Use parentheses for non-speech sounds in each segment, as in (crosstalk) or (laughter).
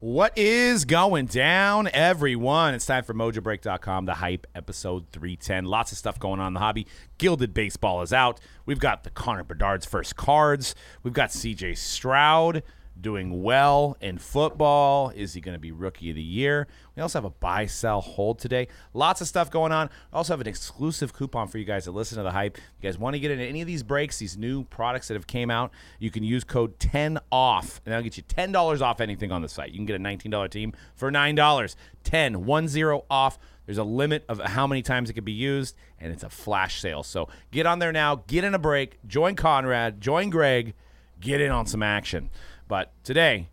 What is going down, everyone? It's time for MojoBreak.com, the hype episode 310. Lots of stuff going on in the hobby. Gilded Baseball is out. We've got the Connor Bedard's first cards. We've got CJ Stroud doing well in football. Is he going to be rookie of the year? We also have a buy, sell, hold today. Lots of stuff going on. I also have an exclusive coupon for you guys that listen to the hype. If you guys want to get into any of these breaks, these new products that have came out, you can use code 10 off and that'll get you $10 off anything on the site. You can get a $19 team for $9. 10 one zero off. There's a limit of how many times it can be used, and it's a flash sale. So get on there now, get in a break, join Conrad, join Greg, get in on some action. But today,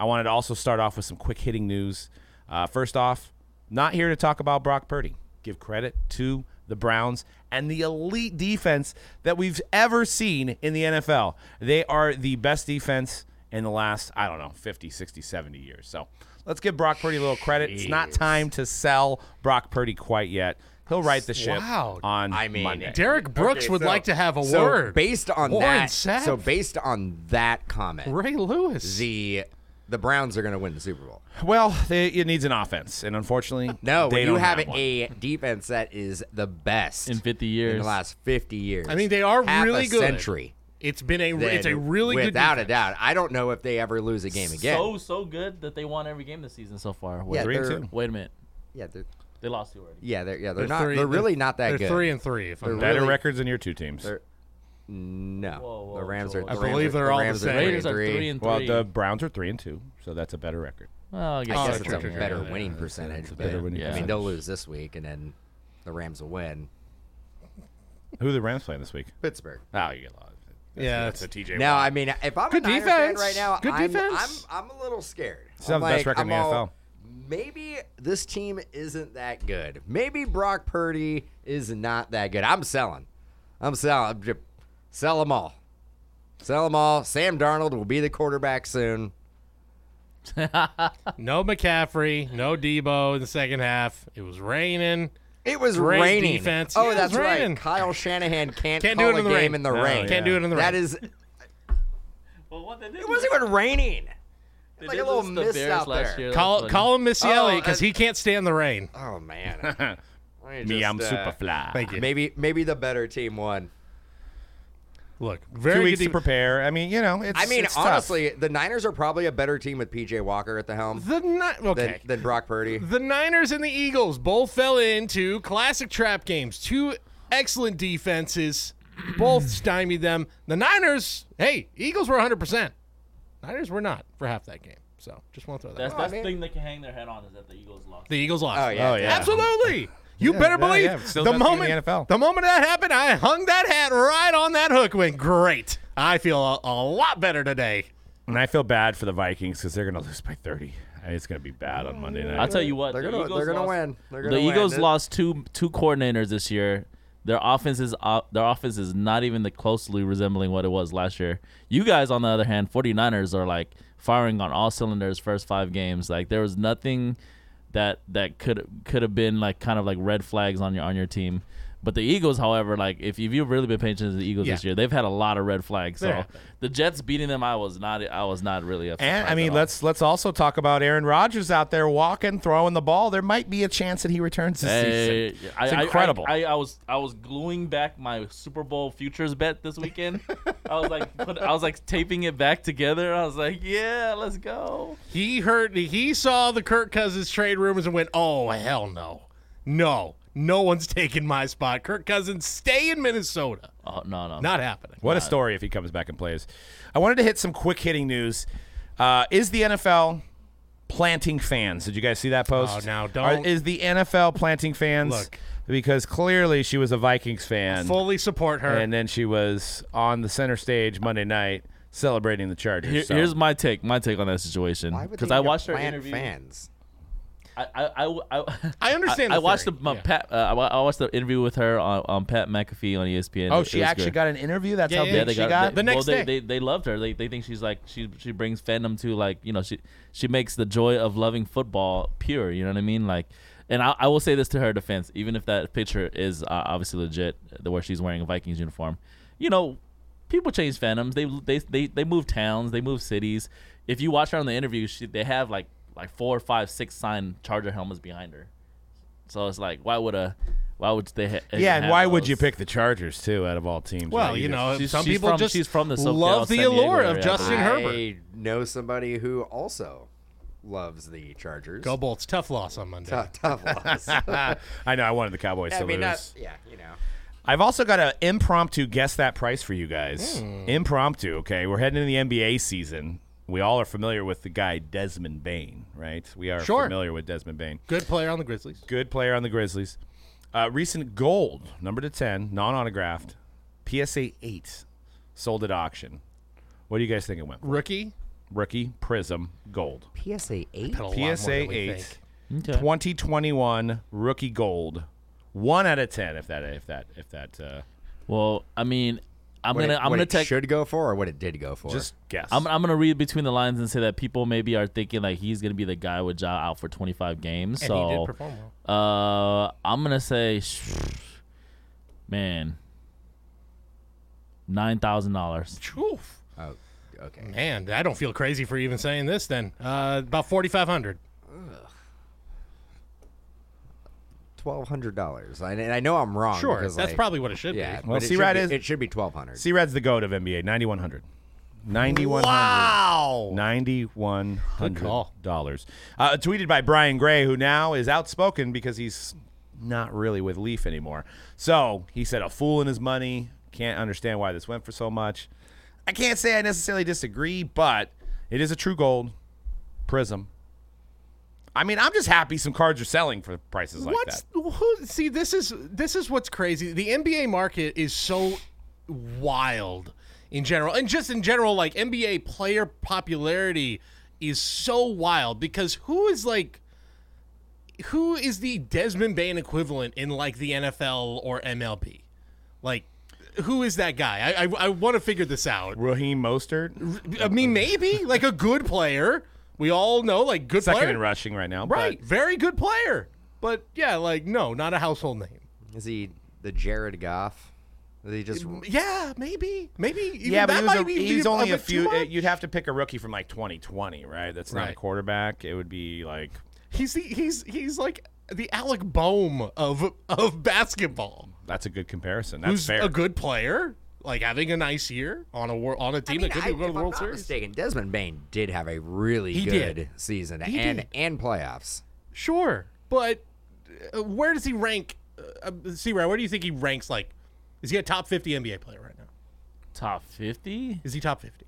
I wanted to also start off with some quick hitting news. Uh, first off, not here to talk about Brock Purdy. Give credit to the Browns and the elite defense that we've ever seen in the NFL. They are the best defense in the last, I don't know, 50, 60, 70 years. So let's give Brock Purdy a little credit. It's not time to sell Brock Purdy quite yet. He'll right the ship Wow. on I mean, Monday. Derek Brooks Okay, would so- like to have a so word. Based on Warren that, Sapp. so based on that comment, Ray Lewis. the the Browns are going to win the Super Bowl. Well, they, it needs an offense, and unfortunately, No, they when you don't have, one. a defense that is the best In 50 in years. the last fifty years. I mean, they are half really a good. Century. It's been a it's a then really good without defense. a doubt. I don't know if they ever lose a game again. So so good that they won every game this season so far. Wait, yeah, Three and they're, two. wait a minute, yeah, they're they lost two already. yeah, they're yeah, They're they're, not. three- they're really not that they're good. three and three. If I'm They're right. better really- records than your two teams. They're- no, the Whoa, whoa, Rams are. Joel. I the Rams believe are- they're all the Rams same. three Raiders and are three. three and three. Well, the Browns are three and two, so that's a better record. well, I I guess guess that's it's true, a true, true, better yeah, yeah, winning yeah. percentage. a but- better winning I mean, percentage. they'll lose this week, and then the Rams will win. Who are the Rams playing this week? Pittsburgh. Oh, you get lost. Yeah, that's, it's- a TJ. No, Watt. I mean, if I'm Good a Niners fan defense. right now, Good I'm, defense. I'm, I'm a little scared. Still I'm have the best like, record in I'm the all, NFL. Maybe this team isn't that good. Maybe Brock Purdy is not that good. I'm selling. I'm selling. I'm just- sell them all. Sell them all. Sam Darnold will be the quarterback soon. No McCaffrey, no Debo in the second half. It was raining. It was Great raining. defense. Oh, Yeah, it that's was raining. right. Kyle Shanahan can't, Can't call do it in a the game rain. in the No, rain. Can't do it in the rain. That is. Well, what they did It wasn't even raining. they like did a little lose the miss Bears out last there. year. Call That's call him Missy Oh, Elliott because I- he can't stand the rain. Oh (laughs) man. Let me, I'm just, uh, superfly. Thank you. Maybe maybe the better team won. Look, Two very weeks good to de- prepare. I mean, you know, it's. I mean, it's tough. honestly, the Niners are probably a better team with PJ Walker at the helm the Ni- than, okay. than Brock Purdy. the Niners and the Eagles both fell into classic trap games. Two excellent defenses, (clears throat) both stymied them. The Niners, hey, Eagles were 100%. Niners were not for half that game. So just want to throw that. That's, out. that's I mean- the thing they can hang their head on is that the Eagles lost. The Eagles lost. Oh yeah. Oh, yeah. Absolutely. You better yeah, believe yeah. Still the best team in moment the NFL. moment that happened, I hung that hat right on that hook. Went great. I feel a, a lot better today. and I feel bad for the Vikings because they're going to lose by 30. And It's going to be bad on Monday night. I'll tell you what, They're the gonna Eagles they're gonna lost- win. They're gonna The win. Eagles It- lost two two coordinators this year. Their offense is op- their offense is not even the closely resembling what it was last year. You guys, on the other hand, 49ers are like firing on all cylinders first five games. Like there was nothing that that could could have been like kind of like red flags on your on your team. But the Eagles, however, like if, if you've really been paying attention to the Eagles Yeah. this year, they've had a lot of red flags. So There. the Jets beating them, I was not I was not really upset. And I mean, at all. let's let's also talk about Aaron Rodgers out there walking, throwing the ball. There might be a chance that he returns this Hey, season. Eh, I- It's I- incredible. I, I, I was I was gluing back my Super Bowl futures bet this weekend. I was like put, I was like taping it back together. I was like, yeah, let's go. He heard he saw the Kirk Cousins trade rumors and went, "Oh hell no, no, no one's taking my spot. Kirk Cousins stay in Minnesota. Oh no no. Not happening." What a story if he comes back and plays. I wanted to hit some quick hitting news. Uh, is the NFL planting fans? Did you guys see that post? Oh, now Are- don't- is the NFL planting fans? Look. Because clearly she was a Vikings fan, Fully support her. and then she was on the center stage Monday night celebrating the Chargers. Here- so- Here's my take my take on that situation Why would because they I even watched her plant interview. fans. I I I, I, I understand I, the watched the theory. my, Yeah. Pat, uh, I wa- I watched the interview with her on, on Pat McAfee on E ESPN. oh, It she was actually good. got an interview. That's Yeah, how yeah, big yeah. Yeah, they she got, got. They, The next well, they, day. they they loved her. They they think she's like she she brings fandom to like you know she she makes the joy of loving football pure. You know what I mean? Like, and I, I will say this to her defense, even if that picture is uh, obviously legit, the where she's wearing a Vikings uniform, you know, people change fandoms. They they they they move towns. They move cities. If you watch her on the interview, she, they have like like four, five, six sign Charger helmets behind her. So it's like, why would a, why would they? Ha- even Yeah, and have why would those? you pick the Chargers too? Out of all teams, Well, right? you know, She's- some she's people from- just she's from the SoCal, love the San Diego allure of area, I Justin believe. Herbert. I know somebody who also loves the Chargers. Go Bolts. Tough loss on Monday. Tough, (laughs) tough loss. I (laughs) I know I wanted the Cowboys to mean, lose. not, yeah, you know. I've also got an impromptu guess that price for you guys. Hmm. Impromptu, okay? We're heading into the NBA season. We all are familiar with the guy Desmond Bain, right? We are Sure. familiar with Desmond Bain. Good player on the Grizzlies. Good player on the Grizzlies. Uh, recent gold, number to 10, non autographed, PSA 8, sold at auction. What do you guys think it went for? Rookie. Rookie, Prism, gold. PSA 8? Had a lot more than PSA we 8, think. 2021 rookie gold. One out of 10, if that, if that, if that, uh, Well, I mean, I'm What gonna, it, I'm what gonna it take. should go for or what it did go for? just guess. I'm, I'm gonna read between the lines and say that people maybe are thinking like he's gonna be the guy with Ja out for 25 games. And so he did perform well. Uh, I'm gonna say, sh- man, nine thousand dollars. Oof. oh, okay. Man, I don't feel crazy for even saying this then. Uh, about 4500 $1,200. I, and I know I'm wrong. Sure. because, That's like, probably what it should Yeah, be. Well, but it see, should Rad be- is- It should be 1200 C-Rad's the goat of NBA, 9100 9100 Wow. Good call. $9,100. Uh, tweeted by Brian Gray, who now is outspoken because he's not really with Leaf anymore. So he said, a fool in his money. Can't understand why this went for so much. I can't say I necessarily disagree, but it is a true gold prism. I mean, I'm just happy some cards are selling for prices like What's that. who, see this is this is what's crazy. The NBA market is so wild in general, and just in general, like NBA player popularity is so wild because who is like who is the Desmond Bain equivalent in like the NFL or MLB? Like who is that guy? I I, I want to figure this out. Raheem Mostert, I mean, maybe like a good player. We all know like good second player, in rushing right now. but- right? Very good player, but yeah, like no, not a household name. Is he the Jared Goff? Is he just. Yeah, maybe, maybe. Even Yeah, but that he was might a- be- he's be only a bit few. too uh, much. it- you'd have to pick a rookie from like 2020, right? That's not a Right. quarterback. It would be like he's the, he's he's like the Alec Bohm of of basketball, that's a good comparison. That's who's fair. a good player, like having a nice year on a wor- on a team I mean, that could I- go to if the I'm World not Series. mistaken, Desmond Bain did have a really He good did. season He and did. and playoffs. Sure, but uh, where does he rank? Uh, uh, see, Ryan, where do you think he ranks? Like, is he a top fifty NBA player right now? Top fifty? Is he top fifty?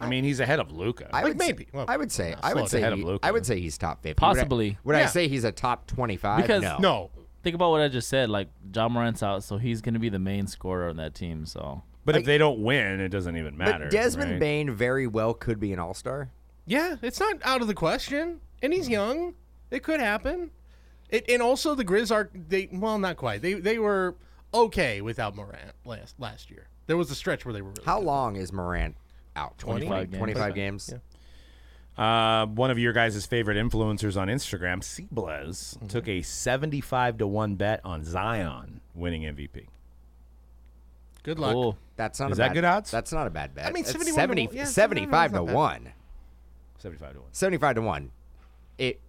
I mean, he's ahead of Luca. I Like, would say- maybe. Well, I would say. I Sloan's would say. ahead of he- Luka. I would say he's top fifty. Would I- Possibly. Would I, Yeah. say he's a top twenty-five? Because- Oh. no. No, Think about what I just said. Like John Morant's out, so he's gonna be the main scorer on that team. So but if they don't win, it doesn't even matter. But Desmond right? Bain very well could be an all-star. Yeah, it's not out of the question, and he's young. It could happen. It, and also the Grizz are they well not quite they they were okay without Morant last last year. There was a stretch where they were really How good. long is Morant out? 25 games. 25 games. Uh, one of your guys' favorite influencers on Instagram, Cblez, Mm-hmm. took a 75 to one bet on Zion winning MVP. Good luck. cool. That's not Is a that bad, good odds? That's not a bad bet. I mean, It's 71 to 70 one. Yeah, 75 to 71 is not 1. 75 to one. 75 to 1. It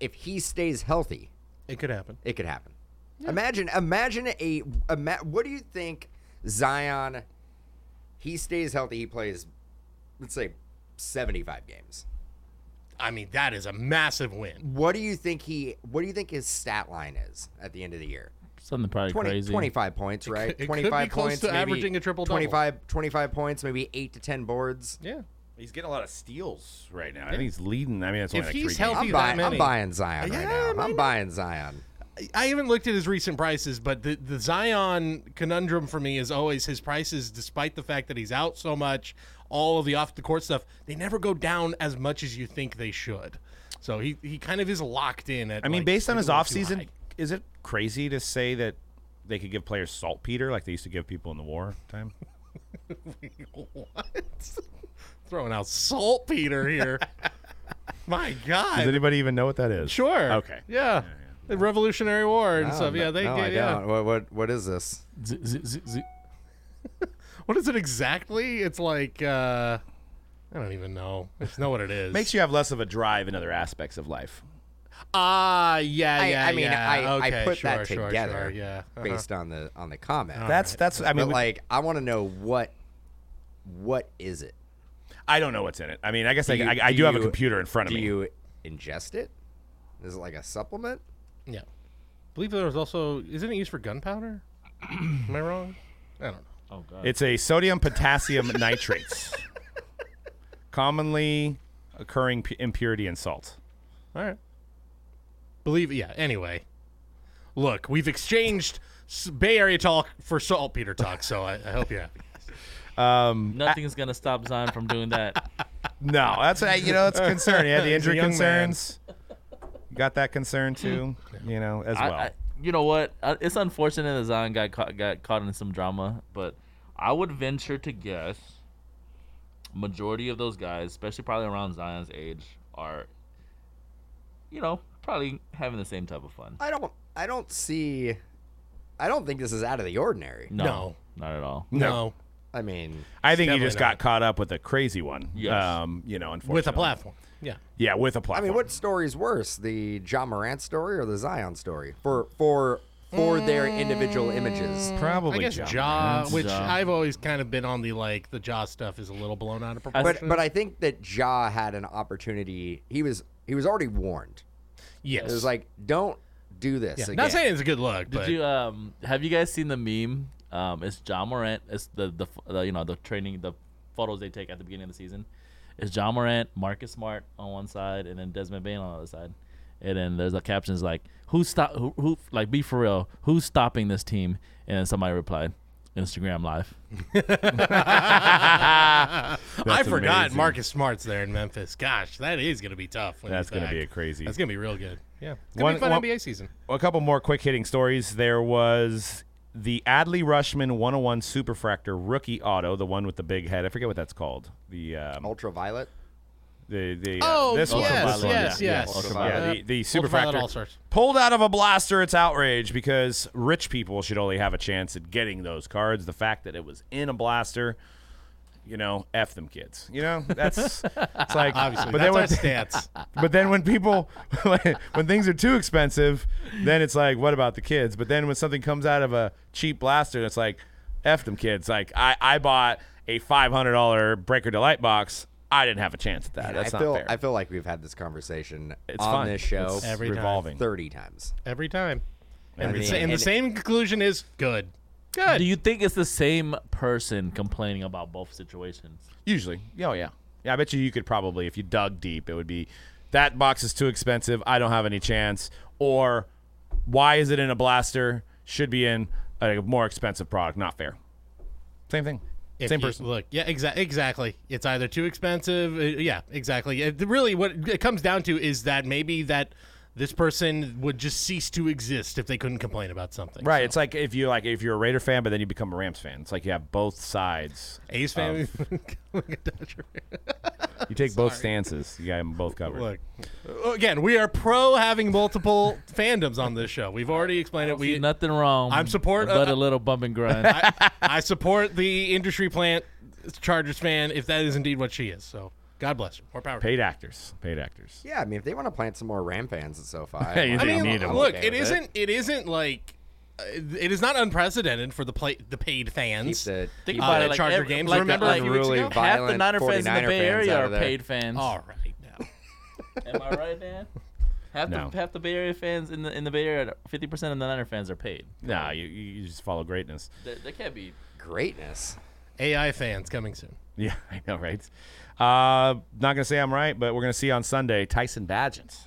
if he stays healthy, It could happen. it could happen. Imagine imagine a ima- what do you think Zion he stays healthy, he plays let's say 75 games. I mean that is a massive win. What do you think he what do you think his stat line is at the end of the year? Something probably 20, crazy. 25 points, right? could- it could be 25 close points, to maybe averaging a triple-double. 25, 25 points, maybe 8 to 10 boards. Yeah. He's getting a lot of steals right now. I think he's leading. I mean, that's If only like he's three healthy- games. I'm, that buy, I'm many. buying Zion Yeah, right now. I'm maybe. buying Zion. I haven't looked at his recent prices, but the, the Zion conundrum for me is always his prices, despite the fact that he's out so much, all of the off the court stuff, they never go down as much as you think they should. So he, he kind of is locked in at I mean, like, based on his a little too offseason, high. is it crazy to say that they could give players saltpeter like they used to give people in the war time? What? Throwing out saltpeter here. (laughs) My God. Does anybody even know what that is? sure. Okay. Yeah. The Revolutionary War and Oh, stuff. Yeah, no- they no, I get yeah. don't. What, what, what is this? Z- z- z- z- What is it exactly? It's like uh I don't even know. I just know what it is. Makes you have less of a drive in other aspects of life. ah, yeah, I- yeah. I mean, yeah. I- I Okay, put that sure, sure, Sure, together yeah. Uh-huh. based on the on the comment. That's that's. I mean, but we- like, I want to know what what is it? I don't know what's in it. I mean, I guess I, you- I, I do, do have a you- computer in front of Do me. you ingest it? Is it like a supplement? Yeah. believe there was also isn't it used for (clears throat) gunpowder? Am I wrong? I don't know. Oh god. It's a sodium potassium (laughs) nitrates, commonly occurring pu- impurity in salt. All right. Believe yeah. Anyway, look, we've exchanged s- Bay Area talk for saltpeter talk, so I, I (laughs) hope you're happy. Nothing's gonna stop Zion from doing that. (laughs) No, that's uh, you know that's a concern. Yeah, the He's a injury young concerns. Got that concern too, you know, as I, well. I, you know what? Uh, It's unfortunate that Zion got caught, got caught in some drama, but I would venture to guess majority of those guys, especially probably around Zion's age, are you know probably having the same type of fun. I don't. I don't see. I don't think this is out of the ordinary. No, No. not at all. No, I mean, I think he Definitely just not. got caught up with a crazy one. Yes. Um, you know, unfortunately. with a platform. Yeah. Yeah, with a I platform. mean, what story's worse, the John Morant story or the Zion story? For for for their individual images. Probably. Mm, I guess John. jaw, That's which Ja. I've always kind of been on the like the jaw stuff is a little blown out of proportion. But but I think that Ja had an opportunity. He was he was already warned. yes, It was like, don't do this yeah. again. not saying it's a good look, but Did you um have you guys seen the meme? Um, it's John Morant. It's the the, f- the you know the training the photos they take at the beginning of the season. It's John Morant, Marcus Smart on one side, and then Desmond Bain on the other side. And then there's a captions like who stop who, who like be for real who's stopping this team? And then somebody replied, Instagram Live. I forgot amazing. Marcus Smart's there in Memphis. Gosh, that is going to be tough. When That's going gonna to be a crazy. That's going to be real good. Yeah, it's One- going to be a fun one- NBA season. a couple more quick hitting stories. There was the Adley Rushman 101 Superfractor rookie auto, the one with the big head. I forget what that's called. The um, ultraviolet. the the uh, Oh this one. yes, This one, yes, yeah. yes, Ultraviolet. Yeah, the, the Ultraviolet Superfractor all sorts. pulled out of a blaster. It's outrage because rich people should only have a chance at getting those cards. The fact that it was in a blaster, you know, f them kids. You know, that's it's like Obviously, But that's then our when, stance. but then when people (laughs) when things are too expensive, then it's like, what about the kids? But then when something comes out of a cheap blaster, it's like, f them kids. Like I I bought a five hundred dollar breaker delight box. I didn't have a chance at that. That's I not feel fair. I feel like we've had this conversation it's on fun. this show It's Every time. revolving. thirty times. Every time, I and, the, mean, sa- and the and- same conclusion is good. Good. Do you think it's the same person complaining about both situations? Usually. Oh, yeah. Yeah, I bet you you could probably, if you dug deep, it would be that box is too expensive. I don't have any chance. Or why is it in a blaster? Should be in a more expensive product. Not fair. Same thing. If Same you- person. Look, yeah, exa- exactly. It's either too expensive. uh, yeah, exactly. It, really, what it comes down to is that maybe that this person would just cease to exist if they couldn't complain about something. Right, it's like if you like if you're a Raider fan, but then you become a Rams fan. It's like you have both sides. A's family. Um, (laughs) You take both stances. You got them both covered. look, again, we are pro having multiple fandoms on this show. We've already explained it. See, We, nothing wrong. I'm support- but uh, a little bump (laughs) and grind. I, I support the industry plant Chargers fan if that is indeed what she is. So God bless her. More power. to her. Paid actors. Paid actors. Yeah, I mean, if they want to plant some more Ram fans at SoFi, Yeah, you I'm I do. mean, need 'em. look, okay it with isn't. it isn't like uh, it is not unprecedented for the play, the paid keep fans. the Think keep Uh, about the it. Like, Charger every- games, like, remember like, Oh. a few weeks ago? half the Violent Niner fans in the 49er Bay fans Area out are of there. paid fans. All right now. Am I right, Dan? Half, No. the, half the Bay Area fans in the in the Bay Area, fifty percent of the Niner fans are paid. Nah, you, you just follow greatness. There, there can't be. greatness. AI fans coming soon. Yeah, (laughs) I know, right? Uh, not gonna say I'm right, but we're gonna see on Sunday Tyson Badgett.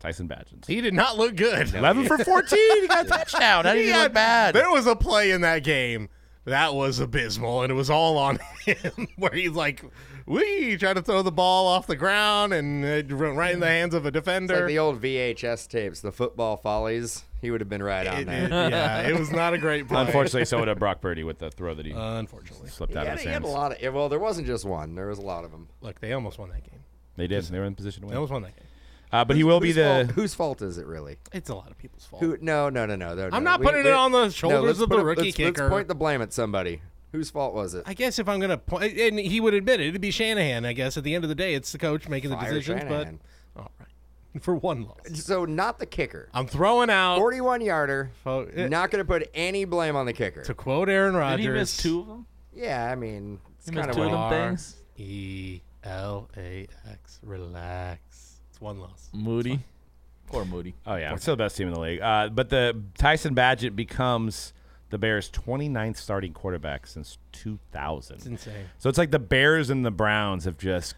Tyson Badgett. He did not look good. (laughs) Eleven for fourteen. He (laughs) got a touchdown. How did he Yeah, look bad? There was a play in that game that was abysmal, and it was all on (laughs) him. Where he's like, "We try to throw the ball off the ground and it went right in the hands of a It's like defender." the old VHS tapes, the football follies. He would have been right on It- that. it- yeah, it was not a (laughs) great (laughs) play. Unfortunately, so would have Brock Purdy with the throw that he Uh, Unfortunately. slipped He out of had, his he had hands. a lot of. Well, there wasn't just one. There was a lot of them. Look, they almost won that game. They did. They were in position to They win. almost won that game. Uh, but he will be Whose fault- the. whose fault is it really? It's a lot of people's fault. Who? No, no, no, no. no I'm Oh. not putting it on the shoulders let's of put the it- rookie let's, kicker. Let's point the blame at somebody. Whose fault was it? I guess if I'm gonna point, and he would admit it, it'd be Shanahan. I guess at the end of the day, it's the coach making the Fire decisions. Shanahan. But all right, for one loss, So not the kicker. I'm throwing out. 41 yarder. Oh, it- Not going to put any blame on the kicker. to quote Aaron Did Rodgers, he miss two of them? Yeah, I mean, it's He missed kind of two of what them are. things. E L A X. Relax. It's one loss. Moody. Uh, Poor Moody. Oh yeah, still the best team in the league. Uh, but the Tyson Badgett becomes the Bears' 29th starting quarterback since 2000. It's insane. So it's like the Bears and the Browns have just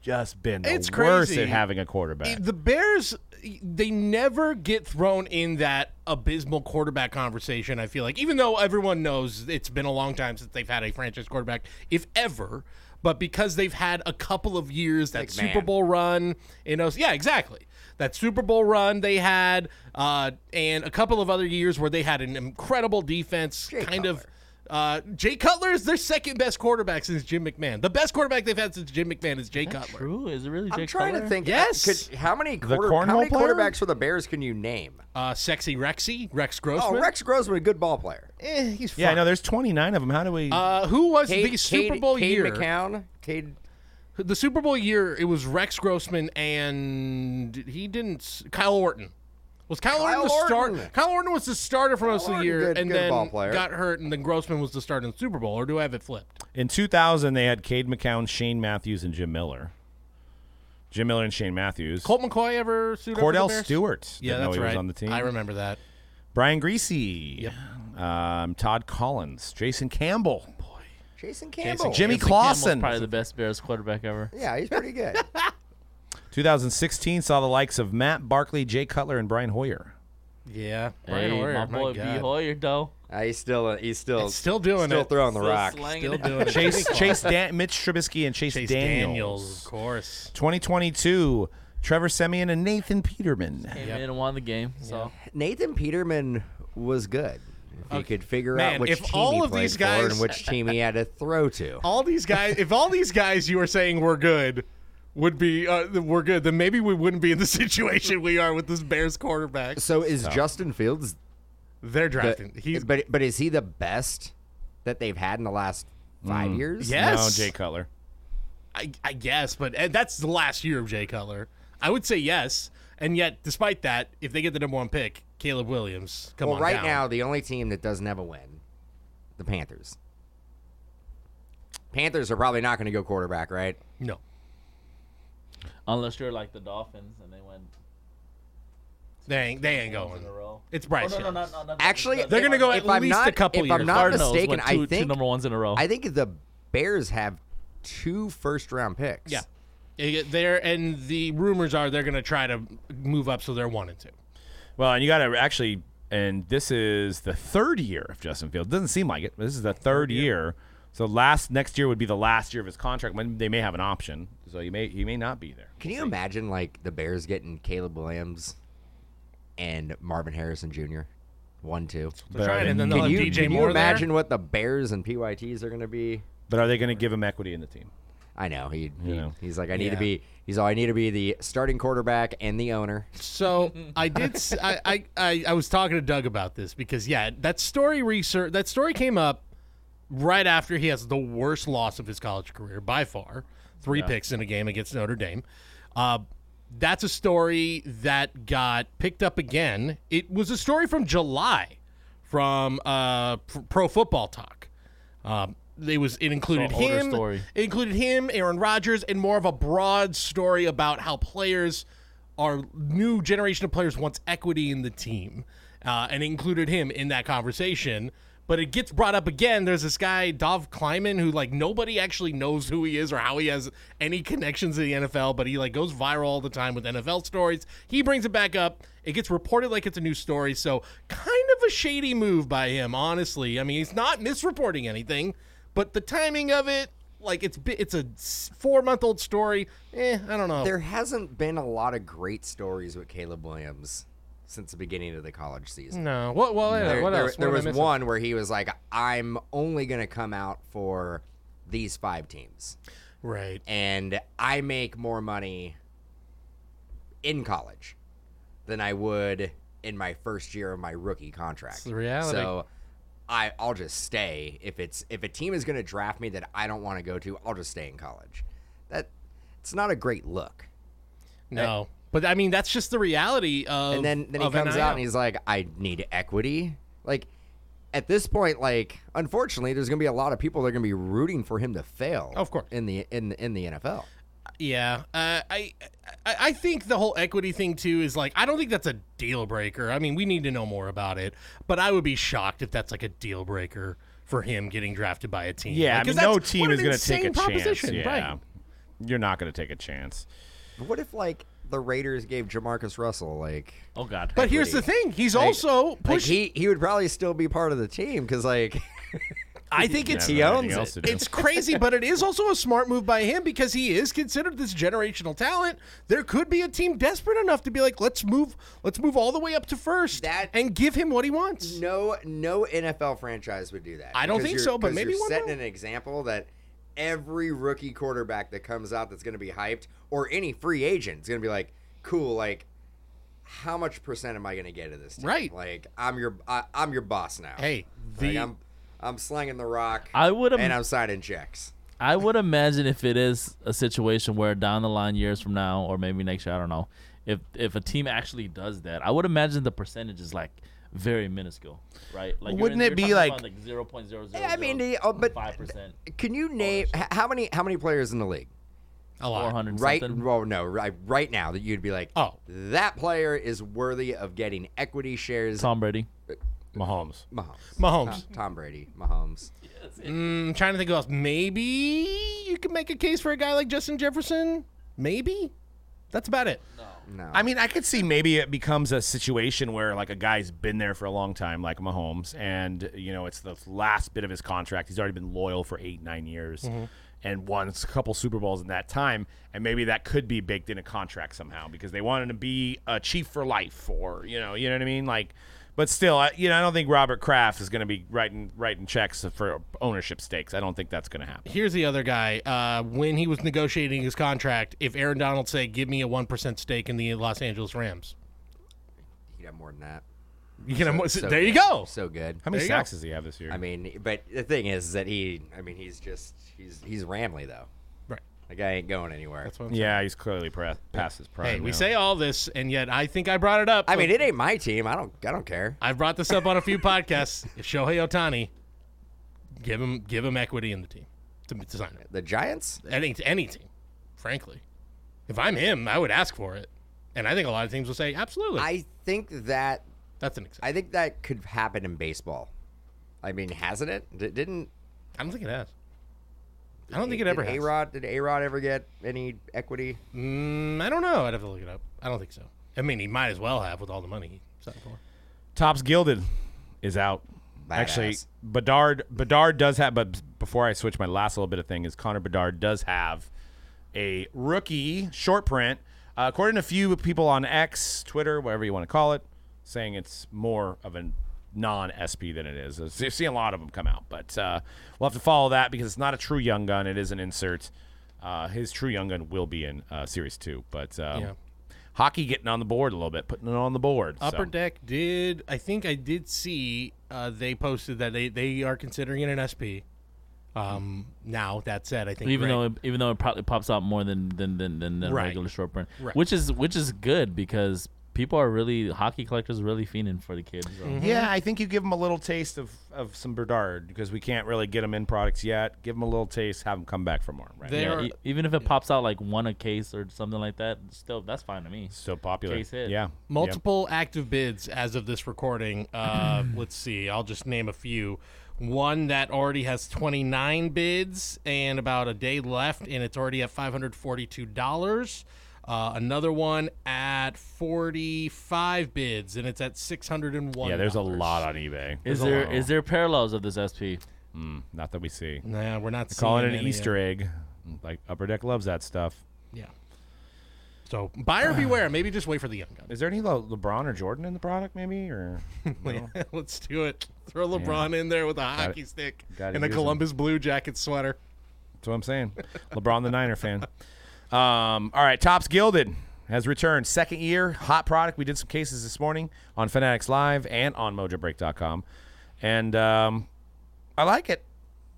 just been the It's worst crazy. at having a quarterback. The Bears, they never get thrown in that abysmal quarterback conversation, I feel like, even though everyone knows it's been a long time since they've had a franchise quarterback, if ever. But because they've had a couple of years, that McMahon. Super Bowl run, you know, yeah, exactly. That Super Bowl run they had, uh, and a couple of other years where they had an incredible defense, kind of. Uh, Jay Cutler is their second best quarterback since Jim McMahon. The best quarterback they've had since Jim McMahon is Jay Cutler. True? Is it really? I'm Jake trying to Cutler? think. uh, Yes. Could, how many, quarter, cornhole how many player? quarterbacks for the Bears can you name? Uh, sexy Rexy, Rex Oh, Grossman. Rex Grossman, a good ball player. Eh, he's fine. yeah, I know. There's 29 of them. How do we? Uh, who was Cade- the Super Cade- Bowl Cade year? McCown. Cade, The Super Bowl year, it was Rex Grossman and he didn't. s- Kyle Orton was Kyle, Orton Kyle the Orton. start. Kyle Orton was the starter for most of the Orton, year, good- and good ball then player. got hurt, and then Grossman was the starter in the Super Bowl. Or do I have it flipped? In 2000, they had Cade McCown, Shane Matthews, and Jim Miller. Jim Miller and Shane Matthews. Colt McCoy ever sued up for the Cordell Bears? Stewart. Yeah, didn't know that's he right. was on the team. I remember that. Brian Greasy. Um, Todd Collins. Jason Campbell. Jason Campbell. Jimmy Jason Campbell's Clausen. Probably the best Bears quarterback ever. Yeah, he's pretty good. (laughs) 2016 saw the likes of Matt Barkley, Jay Cutler, and Brian (laughs) Hoyer. Yeah, Hey, my boy B. God. Hoyer, though. Uh, he's still uh, he's still It's still doing still it. throwing the Still rock. slanging Still it. doing it. Chase, Chase Dan- Mitch Trubisky and Chase, Chase Daniels. Daniels, of course. 2022, Trevor Simeon and Nathan Peterman. Came in and won the game. So Nathan Peterman was good. If he could figure Man, out which if team all he of played these for guys- and which team he had to throw to. (laughs) all these guys if all these guys you are saying were good would be uh, were good then maybe we wouldn't be in the (laughs) situation we are with this bears quarterback So is Justin Fields they're the- drafting he's but but is he the best that they've had in the last Mm. five years? yes No, Jay Cutler. I, I guess but uh, that's the last year of jay cutler i would say yes and yet despite that if they get the number one pick caleb williams come Well, on right down. now the only team that doesn't have a win, the Panthers. Panthers are probably not going to go quarterback, right? no unless you're like the Dolphins and they win they ain't, they ain't in going a row. Oh, it's bryce Young. Actually, They're gonna go if at I'm least not, a couple if years. I'm not Cardinals went mistaken, two, I think two number ones in a row. I think the Bears have two first round picks. yeah Yeah, they're and the rumors are they're gonna try to move up so they're one and two Well, and you got to actually, and this is the third year of Justin Fields. Doesn't seem like it, but this is the third year. So last next year would be the last year of his contract. When they may have an option, so he may he may not be there. Can you imagine like the Bears getting Caleb Williams and Marvin Harrison Jr. One two. they're trying and then Can they'll Can have you, dj can you moore there. imagine what the Bears and PYTs are going to be? But are they going to give him equity in the team? I know he, he- know. he's like I need Yeah. to be. He's all I need to be the starting quarterback and the owner. So I did. s- I, I- I- I was talking to Doug about this because yeah, that story research that story came up right after he has the worst loss of his college career by far, three picks in a game against Notre Dame. Uh, that's a story that got picked up again. It was a story from July from uh, P- Pro Football Talk. Um, they was it included So, older him, story. it included him, Aaron Rodgers, and more of a broad story about how players, our new generation of players, wants equity in the team, uh, and it included him in that conversation. But it gets brought up again. There's this guy Dov Kleiman who like nobody actually knows who he is or how he has any connections to the NFL, but he like goes viral all the time with NFL stories. He brings it back up. It gets reported like it's a new story, so kind of a shady move by him, honestly. I mean, he's not misreporting anything, but the timing of it, like it's bi- it's a four month old story. Eh, I don't know. There hasn't been a lot of great stories with Caleb Williams since the beginning of the college season. no. What? Well, yeah, There, what there- else? there What am I was missing? one where he was like, "I'm only going to come out for these five teams." Eh. Right. and I make more money in college than I would in my first year of my rookie contract. It's the reality. So I I'll just stay if it's if a team is going to draft me that I don't want to go to, I'll just stay in college. That it's not a great look. No. But I mean, that's just the reality of. and then then he of comes NIL. out and he's like, I need equity. Like at this point, like unfortunately, there's going to be a lot of people that are going to be rooting for him to fail. Of course. in the in in the NFL. Yeah, uh, I, I I think the whole equity thing too is like I don't think that's a deal breaker. I mean, we need to know more about it, but I would be shocked if that's like a deal breaker for him getting drafted by a team. Yeah, Like, I 'cause mean, no that's- team what is an going to take insane a chance. proposition, Yeah. right? You're not going to take a chance. But what if like the Raiders gave Jamarcus Russell like? Oh God. But here's the thing: he's also Like pushing. he, he would probably still be part of the team because like (laughs) I think it's Yeah, I don't have anything else to do. It's crazy, but it is also a smart move by him because he is considered this generational talent. There could be a team desperate enough to be like, let's move, let's move all the way up to first That- and give him what he wants. No, no NFL franchise would do that. I don't Because think you're- so, but 'cause maybe you're one setting will. an example that every rookie quarterback that comes out that's going to be hyped, or any free agent, is going to be like, "Cool, like, how much percent am I going to get of this?" Team? Right. Like, I'm your, I, I'm your boss now. Hey, like, the- I'm, I'm slinging the rock. I would have. and I'm signing checks. I would imagine if it is a situation where down the line years from now or maybe next year, I don't know, if if a team actually does that, I would imagine the percentage is like very minuscule, right? Like you're Wouldn't it be talking like- about, like zero point zero zero? I mean, the- oh, but five percent, can you name h- how many, how many players in the league? A four lot. hundred Right? something. Well, no, right, right now that you'd be like, Oh. that player is worthy of getting equity shares." Tom Brady. Mahomes. Mahomes. Mahomes. Tom, Tom Brady. Mahomes. Mm, I'm trying to think who else. Maybe you could make a case for a guy like Justin Jefferson. Maybe. That's about it. No. I mean, I could see maybe it becomes a situation where like a guy's been there for a long time, like Mahomes, and you know it's the last bit of his contract. He's already been loyal for eight, nine years, and won a couple Super Bowls in that time, and maybe that could be baked in a contract somehow because they wanted to be a chief for life, or you know, you know what I mean, like. But still, I, you know, I don't think Robert Kraft is going to be writing writing checks for ownership stakes. I don't think that's going to happen. Here's the other guy. Uh, when he was negotiating his contract, if Aaron Donald said, "Give me a one percent stake in the Los Angeles Rams," he got more than that. you get a mo- So there you good. go. So good. How many There you go. sacks does he have this year? I mean, but the thing is that he, I mean, he's just, he's he's Ramley, though. right. The guy ain't going anywhere. That's what I'm yeah, he's clearly pre- past his prime. saying. Hey, we now. say all this, and yet I think I brought it up. I mean, it ain't my team. I don't, I don't care. I've brought this up on a few podcasts. (laughs) If Shohei Otani, give him give him equity in the team to, to sign him. The Giants? any any team, frankly. If I'm him, I would ask for it, and I think a lot of teams will say absolutely. I think that, That's an exception. I think that could happen in baseball. I mean, hasn't it? D- didn't? I don't think it has. I don't think it ever did has. A-Rod, did A-Rod ever get any equity? Mm, I don't know. I'd have to look it up. I don't think so. I mean, he might as well have with all the money he signed for. Tops Gilded is out. Badass. Actually, Bedard Bedard does have. But before I switch, my last little bit of thing is Connor Bedard does have a rookie short print. Uh, according to a few people on X, Twitter, whatever you want to call it, saying it's more of a non-SP than it is. So You're seeing a lot of them come out, but uh, we'll have to follow that because it's not a true young gun. It is an insert. Uh, his true young gun will be in uh, series two, but um, Yeah. hockey getting on the board a little bit, putting it on the board. so. Upper Deck did. I think I did see uh, they posted that they, they are considering it an SP. Um, now that said, I think Even Greg- though it, even though it probably pops out more than than than than, than Right. regular short print, Right. which is which is good because people are really hockey collectors really fiending for the kids. So. Yeah, I think you give them a little taste of, of some Bedard because we can't really get them in products yet. Give them a little taste, have them come back for more. Right? They- Yeah, There- e- even if it pops out like one a case or something like that, still that's fine to me. so popular. Case hit. Yeah. Multiple active bids as of this recording. (clears throat) Uh, let's see. I'll just name a few. One that already has 29 bids and about a day left, and it's already at $542. Uh, another one at 45 bids, and it's at 601 Yep. Yeah, there's a lot on eBay. Is there is there parallels of this SP? Not that we see. Nah, we're not Call it seeing an any Easter egg. Like Upper Deck loves that stuff. Of, yeah. So uh, buyer beware. Maybe just wait for the young gun. Is there any Le- LeBron or Jordan in the product, maybe? Or (laughs) (laughs) Let's do it. Throw LeBron in there with a hockey stick Gotta and a use 'em. Columbus Blue Jacket sweater. That's what I'm saying. LeBron the Niner fan. Um, all right, Tops Gilded has returned. Second year, hot product. We did some cases this morning on Fanatics Live and on MojoBreak.com. and um, I like it.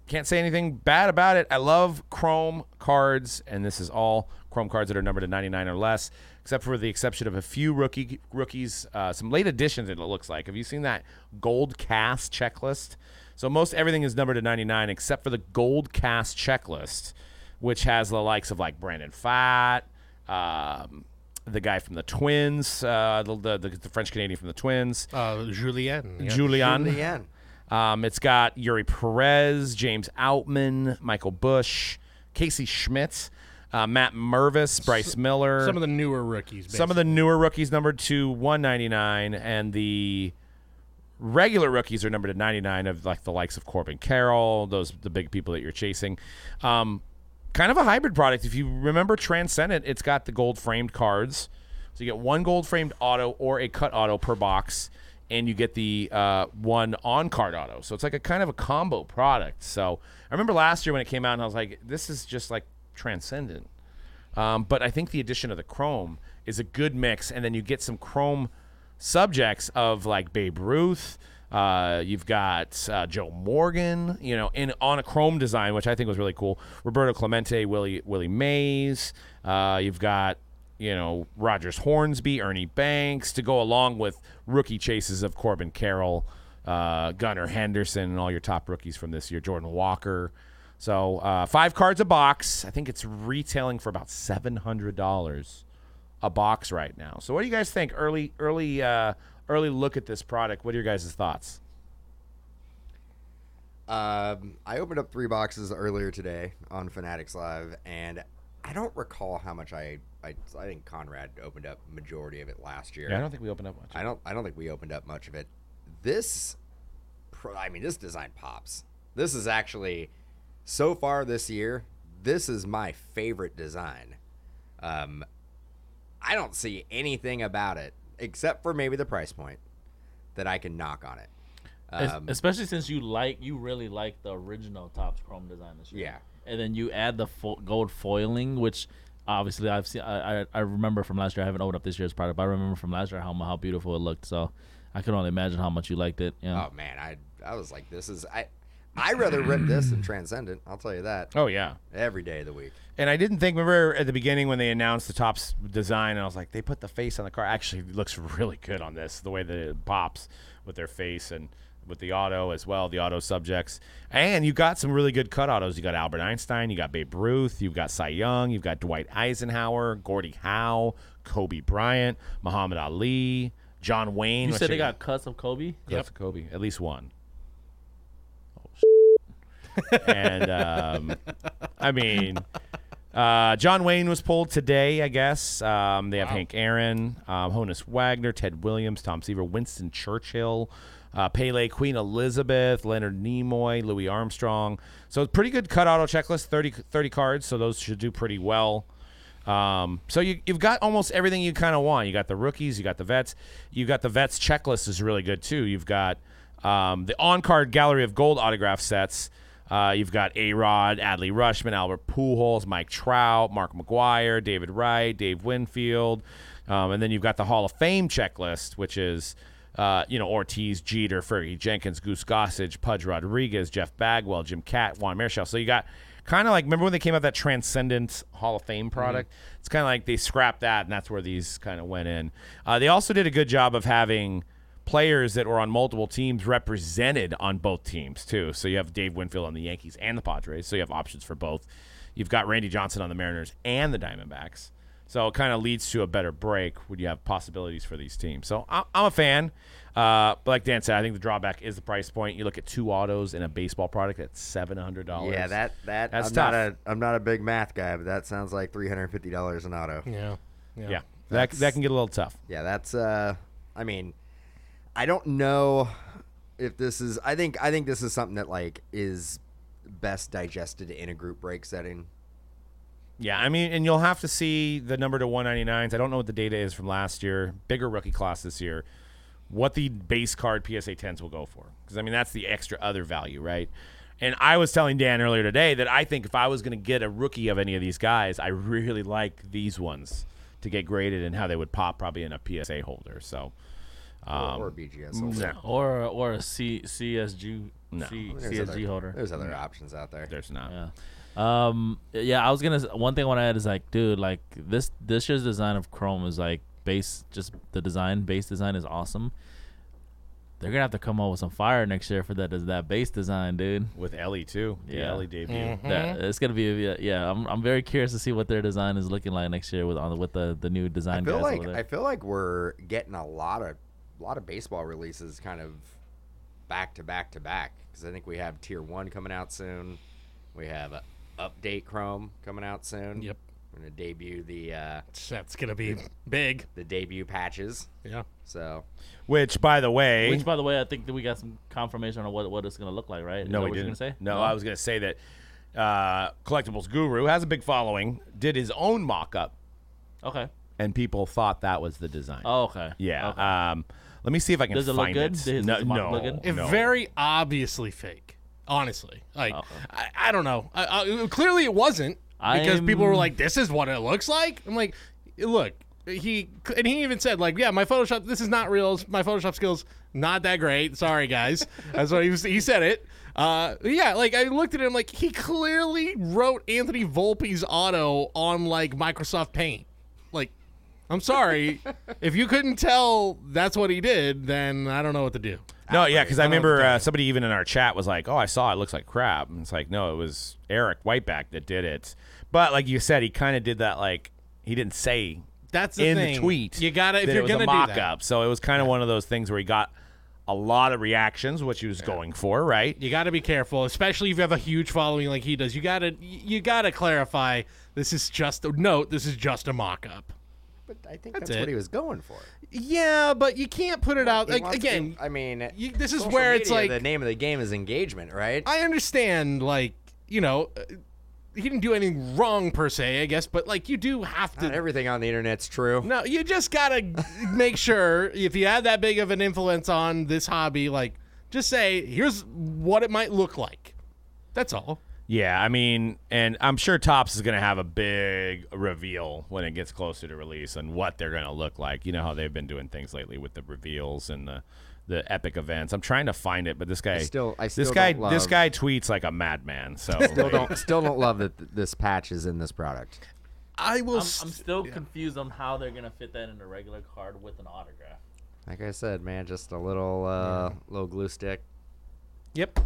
Can't say anything bad about it. I love Chrome cards, and this is all Chrome cards that are numbered to 99 or less, except for the exception of a few rookie rookies, uh, some late additions. It looks like. Have you seen that gold cast checklist? So most everything is numbered to 99 except for the gold cast checklist, which has the likes of like Brandon Fat, um, the guy from the Twins, uh, the, the, the French Canadian from the Twins, Uh, Julian. yeah. Julian. (laughs) The end. Um, it's got Yuri Perez, James Outman, Michael Bush, Casey Schmitz, uh, Matt Mervis, Bryce Miller. Some of the newer rookies. Basically. some of the newer rookies numbered to 199, and the regular rookies are numbered to 99 of like the likes of Corbin Carroll, those the big people that you're chasing. Um, kind of a hybrid product. If you remember Transcendent, it's got the gold framed cards. So you get one gold framed auto or a cut auto per box, and you get the uh, one on card auto. So it's like a kind of a combo product. So I remember last year when it came out, and I was like, this is just like Transcendent. Um, but I think the addition of the chrome is a good mix, and then you get some chrome subjects of like Babe Ruth. Uh, you've got uh, Joe Morgan, you know, in on a chrome design, which I think was really cool. Roberto Clemente, Willie Willie Mays. Uh, you've got you know Rogers Hornsby, Ernie Banks to go along with rookie chases of Corbin Carroll, uh, Gunnar Henderson, and all your top rookies from this year, Jordan Walker. So uh, five cards a box. I think it's retailing for about seven hundred dollars a box right now. So what do you guys think? Early, early, uh, early look at this product. What are your guys' thoughts? Um, I opened up three boxes earlier today on Fanatics Live, and I don't recall how much I I, I think Conrad opened up majority of it last year. I don't think we opened up much. I don't I don't think we opened up much of it. This pro- I mean this design pops. This is actually so far this year, this is my favorite design. Um I don't see anything about it except for maybe the price point that I can knock on it. Es- Um, especially since you like you really like the original Topps Chrome design this year. Yeah. And then you add the fo- gold foiling, which obviously I've seen. I, I I remember from last year. I haven't opened up this year's product, but I remember from last year how mu- how beautiful it looked. So I can only imagine how much you liked it. Yeah. Oh man, I I was like this is I I rather rip this than Transcendent, I'll tell you that. Oh yeah. Every day of the week. And I didn't think. Remember at the beginning when they announced the tops design, and I was like, they put the face on the car. Actually, it looks (laughs) really good on this. The way that it pops with their face and with the auto as well, the auto subjects. And you got some really good cut autos. You got Albert Einstein, you got Babe Ruth, you've got Cy Young, you've got Dwight Eisenhower, Gordie Howe, Kobe Bryant, Muhammad Ali, John Wayne. You which said they I- got cuts of Kobe. Yep. Kobe. At least one. Oh, shit. and (laughs) um, I mean, uh, John Wayne was pulled today, I guess. Um, they have Hank Aaron, um, Honus Wagner, Ted Williams, Tom Seaver, Winston Churchill, uh, Pele, Queen Elizabeth, Leonard Nimoy, Louis Armstrong. So pretty good cut auto checklist, 30, 30 cards. So those should do pretty well. Um, so you, you've got almost everything you kind of want. You got the rookies, you got the vets, you got the vets checklist is really good too. You've got um, the on-card gallery of gold autograph sets. Uh, you've got A Rod, Adley Rushman, Albert Pujols, Mike Trout, Mark McGuire, David Wright, Dave Winfield, um, and then you've got the Hall of Fame checklist, which is uh, you know, Ortiz, Jeter, Fergie Jenkins, Goose Gossage, Pudge Rodriguez, Jeff Bagwell, Jim Cat, Juan Marichal. So you got kind of like remember when they came out that Transcendent Hall of Fame product? It's kind of like they scrapped that, and that's where these kind of went in. Uh, they also did a good job of having players that were on multiple teams represented on both teams too. So you have Dave Winfield on the Yankees and the Padres. So you have options for both. You've got Randy Johnson on the Mariners and the Diamondbacks. So it kind of leads to a better break when you have possibilities for these teams. So I- I'm a fan. Uh, but like Dan said, I think the drawback is the price point. You look at two autos in a baseball product at seven hundred dollars. Yeah, that that That's I'm tough. not a I'm not a big math guy, but that sounds like three hundred fifty dollars an auto. Yeah. yeah, that that can get a little tough. Yeah, that's uh I mean I don't know if this is I think I think this is something that like is best digested in a group break setting. Yeah, I mean, and you'll have to see the number to 199s. I don't know what the data is from last year, bigger rookie class this year, what the base card PSA 10s will go for. Because, I mean, that's the extra other value, right? And I was telling Dan earlier today that I think if I was going to get a rookie of any of these guys, I really like these ones to get graded and how they would pop probably in a PSA holder. So or, or BGS. holder. Or or a C, CSG C, There's other- CSG holder. There's other options out there. There's not. Yeah. Um. Yeah, I was gonna. s- One thing I want to add is like, dude, like this this year's design of Chrome is like base. Just the design, base design is awesome. They're gonna have to come up with some fire next year for that that base design, dude. With Ellie too. The Yeah. Ellie debut. That, it's gonna be yeah, yeah. I'm I'm very curious to see what their design is looking like next year with on the, with the the new I design feel guys like over I there. feel like we're getting a lot of a lot of baseball releases kind of back to back to back because I think we have Tier One coming out soon. We have a update Chrome coming out soon. Yep. We're gonna debut the uh, That's gonna be big. the debut patches. Yeah. So Which, by the way, Which, by the way, I think that we got some confirmation on what what it's gonna look like, right? Is no, that we what didn't. you're gonna say? No, I was gonna say that uh, Collectibles Guru has a big following. Did his own mock-up, Okay. and people thought that was the design. Oh, okay. yeah. Okay. Um, let me see if I can Does it look find good? it. Does- does no, the mock no, look good? It no. very obviously fake. Honestly, like I, I don't know. I, I, clearly, it wasn't because people were I'm- like, "This is what it looks like." I'm like, "Look." He and he even said like, "Yeah, my Photoshop. This is not real. My Photoshop skills not that great. Sorry, guys." (laughs) That's what he was. He said it. Uh, yeah, like I looked at him like he clearly wrote Anthony Volpe's auto on like Microsoft Paint. Like, I'm sorry if you couldn't tell that's what he did. Then I don't know what to do. No, yeah, because I I don't remember think uh, it- somebody even in our chat was like, "Oh, I saw it. Looks like crap." And it's like, no, it was Eric Whiteback that did it. But like you said, he kind of did that. Like he didn't say That's the in thing. the tweet. You gotta if that you're it was gonna a mock do that, up. So it was kind of one of those things where he got a lot of reactions, which he was going for, right? you gotta be careful, especially if you have a huge following like he does. You gotta you gotta clarify. This is just a note. This is just a mock up. but I think that's, That's what it. he was going for. Yeah, but you can't put it out He like wants to- again. I mean, you- this is social where it's media, like- the name of the game is engagement, right? I understand, like you know, uh, he didn't do anything wrong per se, I guess, but like you do have to. Not everything on the internet's true. No, you just gotta (laughs) make sure if you have that big of an influence on this hobby, like just say here's what it might look like. That's all. Yeah, I mean, and I'm sure Tops is going to have a big reveal when it gets closer to release and what they're going to look like. You know how they've been doing things lately with the reveals and the the epic events. I'm trying to find it, but this guy still- I this still guy don't this love- guy tweets like a madman. So (laughs) Still like, don't still don't love that th- this patch is in this product. I will. I'm, I'm still confused on how they're gonna fit that in a regular card with an autograph. Like I said, man, just a little uh, little glue stick. Yep.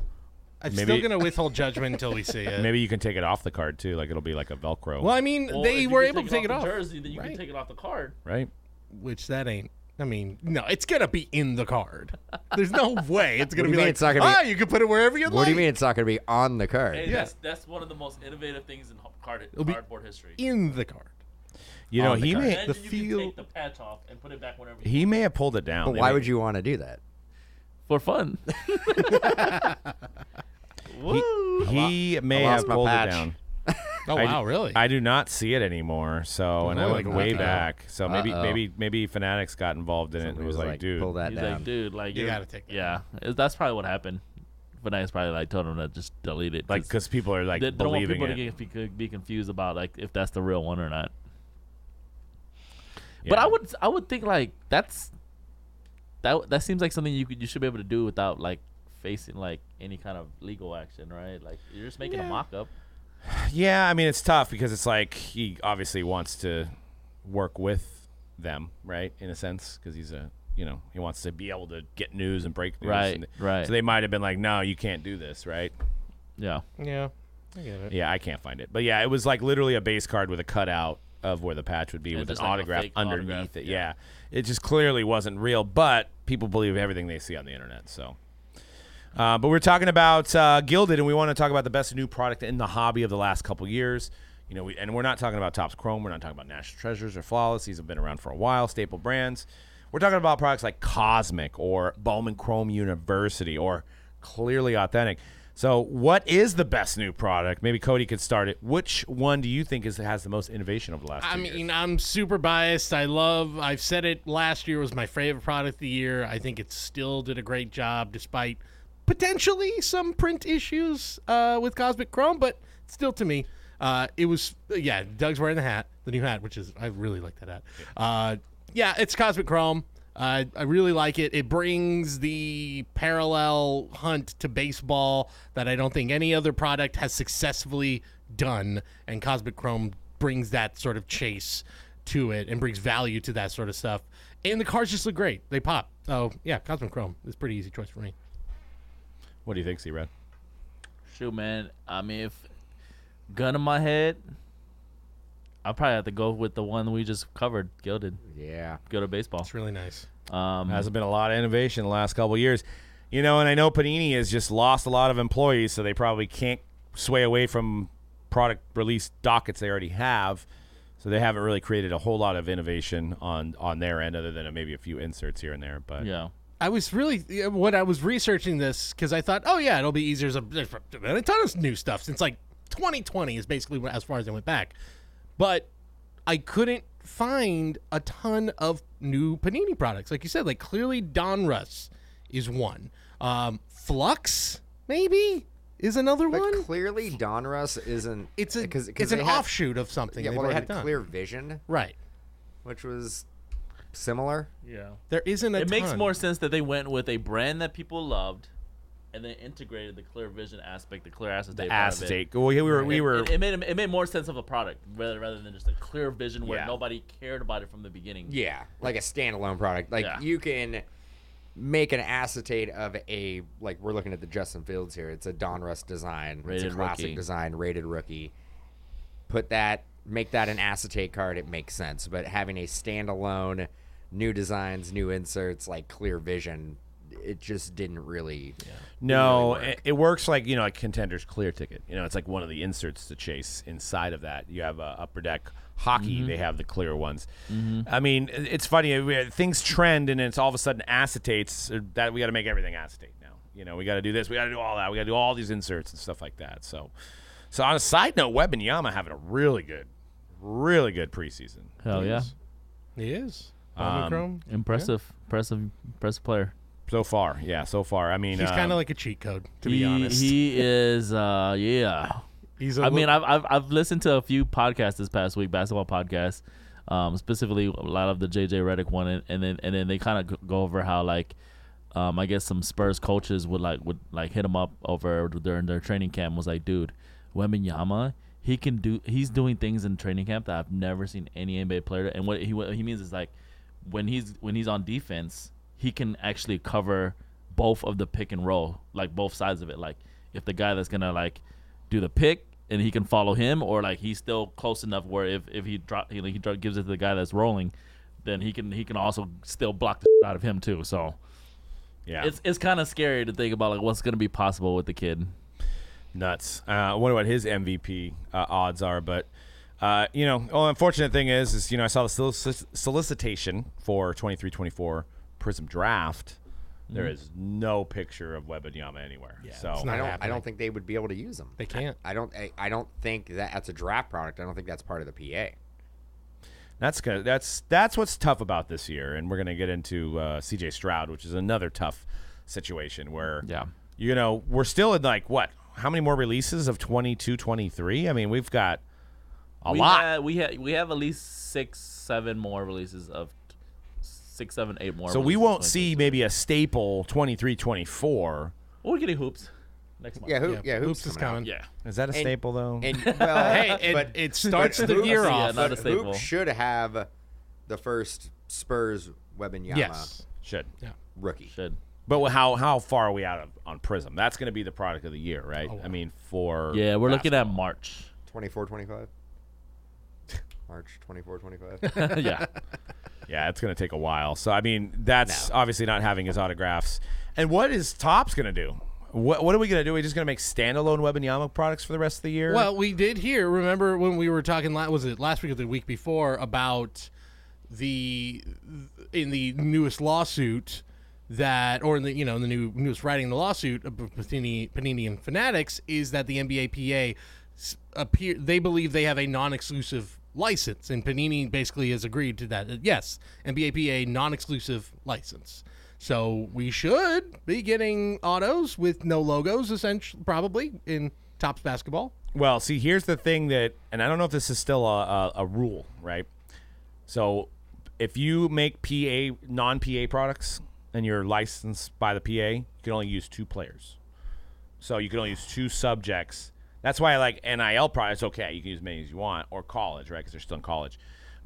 I'm Maybe- still gonna withhold judgment until (laughs) we see it. maybe you can take it off the card too. Like it'll be like a Velcro, Well, I mean, Well, if they you were can able to take it off, the jersey, then you Right. can take it off the card. right? which that ain't. I mean, no, it's gonna be in the card. There's (laughs) no way it's gonna do you be mean like. it's not gonna be- "Ah, you can put it wherever you What like. do you mean it's not going to be on the card? Hey, Yeah. that's that's one of the most innovative things in ho- card, be- cardboard history. In the card. You know, On the he card. may Then the you feel- can take the patch off and put it back whenever. you he may have pulled it down. But They why may- would you want to do that? For (laughs) fun. Woo! He may lost have my pulled patch. it down. Oh I- wow, really? I do not see it anymore. So, and I Oh, went like, way uh-oh. back. So maybe, Uh, Uh-oh. maybe, maybe Fanatics got involved in it Somebody and was like, dude, pull that He's down. like, dude, like You you're- gotta take that Yeah, It- that's probably what happened. But I probably like told him to just delete it. like, because people are like they don't want believing people it. to get, be, could be confused about like if that's the real one or not. But Yeah. I would I would think like that's that that seems like something you could you should be able to do without like facing like any kind of legal action, right? Like you're just making a mock up. yeah, I mean, it's tough because it's like he obviously wants to work with them, right? In a sense, because he's a, you know, he wants to be able to get news and break news. Right, and- right. So they might have been like, no, you can't do this, right? Yeah. yeah, I get it. Yeah, I can't find it. But yeah, it was like literally a base card with a cutout of where the patch would be with an just like a autograph fake underneath autograph, it. Yeah. yeah. It just clearly wasn't real, but people believe everything they see on the internet. So. Uh, but we're talking about uh, Gilded, and we want to talk about the best new product in the hobby of the last couple years. You know, we, and we're not talking about Topps Chrome. We're not talking about National Treasures or Flawless. These have been around for a while, staple brands. We're talking about products like Cosmic or Bowman Chrome University or Clearly Authentic. So, what is the best new product? Maybe Cody could start it. Which one do you think is has the most innovation over the last? I two mean, years? I'm super biased. I love. I've said it last year was my favorite product of the year. I think it still did a great job despite potentially some print issues uh, with Cosmic Chrome, but still to me, uh, it was yeah. Doug's wearing the hat, the new hat, which is I really like that hat. Uh, yeah, it's Cosmic Chrome. Uh, I really like it. It brings the parallel hunt to baseball that I don't think any other product has successfully done, and Cosmic Chrome brings that sort of chase to it and brings value to that sort of stuff. And the cars just look great. They pop. So yeah, Cosmic Chrome is a pretty easy choice for me. What do you think, C-Red? Shoot, man. I mean, if gun in my head, I'll probably have to go with the one we just covered, Gilded. Yeah. Go to baseball. It's really nice. Um, Hasn't been a lot of innovation the last couple of years. You know, and I know Panini has just lost a lot of employees, so they probably can't sway away from product release dockets they already have. So they haven't really created a whole lot of innovation on on their end, other than maybe a few inserts here and there. But yeah. I was really yeah, when I was researching this because I thought, oh yeah, it'll be easier. There's a, there's a ton of new stuff since like 2020 is basically as far as I went back, but I couldn't find a ton of new Panini products. Like you said, like clearly Donruss is one. Um, Flux maybe is another But one. clearly, Donruss isn't. it's a 'cause- 'cause it's an they had- offshoot of something. Yeah, they've well, they already had done. Clear Vision, right. which was similar. Yeah. There isn't a It makes ton. more sense that they went with a brand that people loved and then integrated the clear vision aspect, the clear acetate. part of it. acetate. Well, yeah, we were we It- were It, it made it made more sense of a product rather rather than just a clear vision where Yeah. nobody cared about it from the beginning. Yeah, like a standalone product. Like Yeah. you can make an acetate of a like we're looking at the Justin Fields here. It's a Donruss design. Rated it's a classic rookie. design, rated rookie. Put that, make that an acetate card. It makes sense. But having a standalone, new designs, new inserts, like Clear Vision, it just didn't really. No, really it, it works like you know, like contender's clear ticket. You know, it's like one of the inserts to chase inside of that. You have uh, upper deck hockey; they have the clear ones. I mean, i- it's funny uh, we- things trend, and it's all of a sudden acetates. uh, That we got to make everything acetate now. You know, we got to do this, we got to do all that, we got to do all these inserts and stuff like that. So, so on a side note, Web and Yama having a really good, really good preseason. Hell yeah. It is. Omicron. Impressive. Impressive impressive player. So far, yeah, so far. I mean, He's um, kind of like a cheat code, to he, be honest. he is uh yeah. He's a I mean, little- I've, I've I've listened to a few podcasts this past week, basketball podcasts, um, specifically a lot of the JJ Redick one, and, and then and then they kind of go over how like, um, I guess some Spurs coaches would like would like hit him up over during their training camp was like, dude, Weminyama, he can do he's doing things in training camp that I've never seen any NBA player, do. and what he what he means is like, when he's when he's on defense, he can actually cover both of the pick and roll, like both sides of it. Like if the guy that's gonna like do the pick and he can follow him, or like he's still close enough where if if he drop he, he drop, gives it to the guy that's rolling, then he can he can also still block the out of him too. So yeah. it's it's kind of scary to think about like what's gonna be possible with the kid. nuts. Uh, I wonder what his MVP uh, odds are, but uh, you know, well, unfortunate thing is, is you know, I saw the solic- solicitation for 23-24 Prism Draft. There is no picture of Webinyama anywhere. so it's not- I don't. I happening. don't think they would be able to use them. they can't. I don't. I, I don't think that that's a draft product. I don't think that's part of the PA. That's gonna, that's that's what's tough about this year, and we're gonna get into uh, CJ Stroud, which is another tough situation where Yeah. you know we're still in like what how many more releases of 22 23 i mean we've got a we lot Had, we have we have at least six seven more releases of six seven eight more. so we releases won't of see maybe a staple 23 24 We're getting hoops next month. Yeah. Who, yeah. Hoops, is coming. Yeah. Is that a staple though? And well, (laughs) Hey, it, but it starts but the Hoops- year Yeah, off. not But a staple. Hoop should have the first Spurs Webinyama yes. Should. rookie. Should. But wh- how how far are we out of on Prism? That's going to be the product of the year, right? I mean, for Yeah, we're looking (laughs) at March. (laughs) 24 25. March 24 25. yeah. yeah, it's going to take a while. So I mean, that's obviously not having his autographs. And what is Tops going to do? What what are we going to do? Are we just going to make standalone Web and Yama products for the rest of the year? Well, we did hear. Remember when we were talking? la- Was it last week or the week before about the in the newest lawsuit that, or in the you know in the new newest writing of the lawsuit of Panini, Panini and Fanatics is that the NBA PA s- appear they believe they have a non-exclusive license, and Panini basically has agreed to that. Yes, NBA PA non-exclusive license. So we should be getting autos with no logos, essentially, probably in tops basketball. Well, see, here's the thing that, and I don't know if this is still a, a, a rule, right? So if you make PA non PA products and you're licensed by the PA, you can only use two players. So you can only use two subjects. That's why like NIL products, okay, you can use as many as you want, or college, right? Because they're still in college.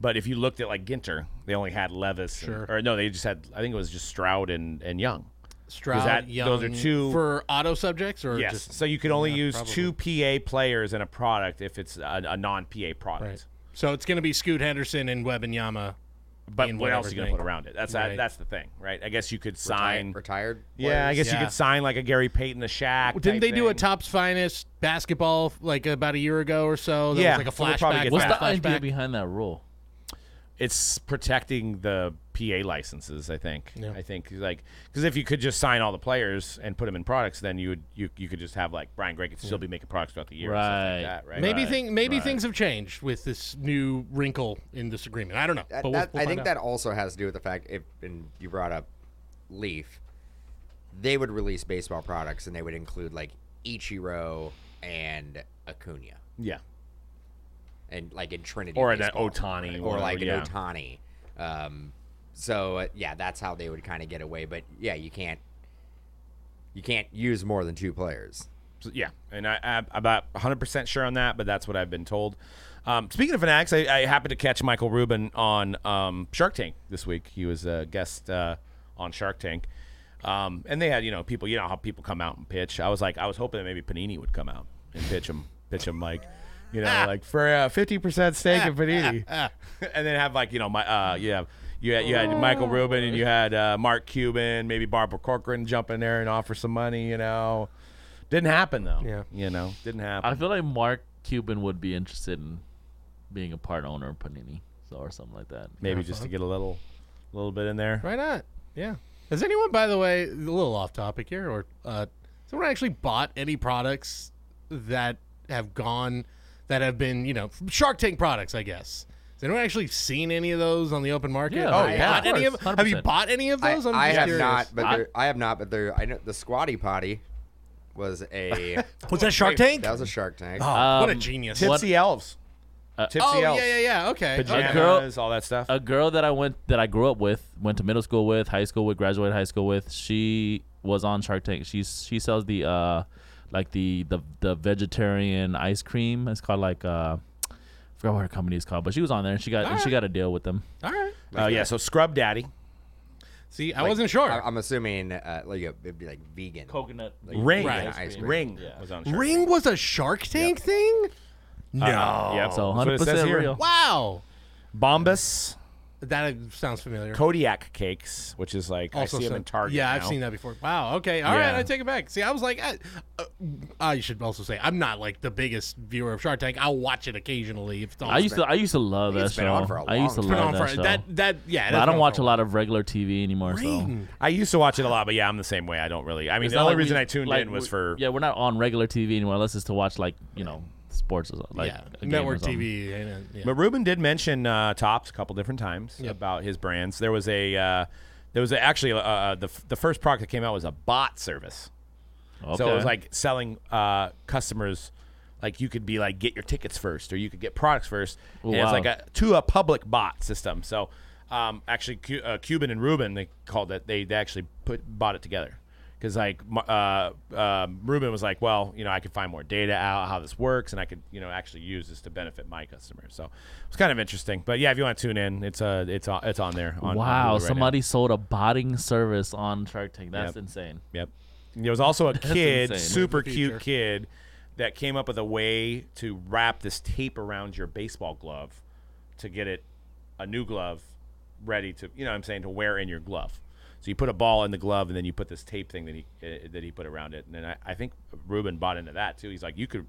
But if you looked at like Ginter, they only had Levis, and- Sure. or no, they just had. I think it was just Stroud and and Young. Stroud, that- Young, those are two- for auto subjects or Yes. just so you could only use two PA players in a product if it's a, a non PA product. right. So it's going to be Scoot Henderson and Webb and Yama. But in what else whatever are you going to thing. put around it? That's Right. that's the thing, right? I guess you could sign. retired. yeah, I players. guess Yeah. you could sign like a Gary Payton, a Shaq. Didn't type they do a thing. Top's Finest basketball like about a year ago or so? That Yeah, so was we'll like a probably flashback. get What's Yeah. the flashback. idea behind that rule? It's protecting the PA licenses, I think. I think like because if you could just sign all the players and put them in products, then you would you, you could just have like Brian Gray could still be making products throughout the year, and stuff like Right. that, right? Maybe Right, thing, maybe things have changed with this new wrinkle in this agreement. I don't know. That- but we'll- that- we'll I think find out. that also has to do with the fact, if and you brought up Leaf, they would release baseball products and they would include like Ichiro and Acuna, Yeah. and like in Trinity Or an baseball, Ohtani, or whatever, like an yeah. Otani. Um, so uh, yeah, that's how they would kind of get away. But yeah, you can't you can't use more than two players. So, yeah, and I, I'm about 100% sure on that, but that's what I've been told. Um, speaking of fanatics, I, I happened to catch Michael Rubin on um, Shark Tank this week. He was a guest uh, on Shark Tank. Um, and they had, you know, people, you know how people come out and pitch. I was like, I was hoping that maybe Panini would come out and pitch him, pitch him like, you know, like for a 50% stake in Panini. (laughs) and then have like, you know, my, uh, you have, you had, you had Michael Rubin and you had uh, Mark Cuban, maybe Barbara Corcoran jump in there and offer some money, you know. Didn't happen though. Yeah. You know, didn't happen. I feel like Mark Cuban would be interested in being a part owner of Panini, so or something like that. Maybe just to get a little little bit in there. Why not? Yeah. Has anyone, by the way, a little off topic here, or uh, someone actually bought any products that have gone, that have been, you know, Shark Tank products, I guess. Has anyone actually seen any of those on the open market? Yeah. Have Oh, you yeah, bought of any of, course. have you 100%. bought any of I, those? I'm I just have curious. not, but I- there, I have not, but there. I know the Squatty Potty was (laughs) a was that Shark Tank? that was a Shark Tank. what a Um, genius! Tipsy elves. Tipsy oh yeah, elves. yeah, yeah. Okay. okay. A girl- Pajamas, all that stuff. a girl that I went that I grew up with, went to middle school with, high school with, graduated high school with. She was on Shark Tank. She's she sells the uh like the the the vegetarian ice cream. It's called like uh I forgot what her company is called, but she was on there and she got and she got a deal with them. All right. Oh yeah, so Scrub Daddy. See, I wasn't sure. I, I'm assuming uh, like uh, it'd be like vegan. Coconut Ring. Right. Ice cream. Ring was on Shark Ring was a Shark Tank thing. No. Uh-uh. Tank. Yep. So Oh. that's what it 100% says here. real. Wow. Bombas, That sounds familiar. Kodiak cakes, which is like I see them some- in Target. Yeah, I've now. seen that before. Wow. Okay. all right. Yeah. I take it back. See, I was like, I, uh, I should also say I'm not like the biggest viewer of Shark Tank. I'll watch it occasionally if it's on. I used to I used to love that It's show. been on for a I used to It's long been love on that for- show. that that yeah. But I don't watch a lot of regular TV anymore. So. I used to watch it a lot, but yeah, I'm the same way. I don't really. I mean, It's the not only like we- reason I tuned like in was we- for yeah. We're not on regular TV anymore, unless it's to watch like you know sports or something. Like yeah. a game or Network something. TV. And, uh, yeah. But Ruben did mention uh, Tops a couple different times about his brands. There was a uh, there was a, actually uh, uh, the f- the first product that came out was a bot service. Okay. So it was like selling uh, customers like you could be like get your tickets first or you could get products first. and It's wow. like a to a public bot system. So um, actually, Cu- uh, Cuban and Ruben they called it. They, they actually put bought it together because like m- uh, um Ruben was like, well, you know, I could find more data out how this works, and I could you know actually use this to benefit my customers. So it's kind of interesting. But yeah, if you want to tune in, it's uh, it's on, it's on there. On, on Hulu Wow, right now. somebody sold a botting service on Shark Tank. That's Yep. insane. Yep. And there was also a kid, insane. super Future. cute kid, that came up with a way to wrap this tape around your baseball glove to get it a new glove ready to, you know what I'm saying, to wear in your glove. So you put a ball in the glove and then you put this tape thing that he uh, that he put around it. And then I, I think Ruben bought into that too. He's like, you could,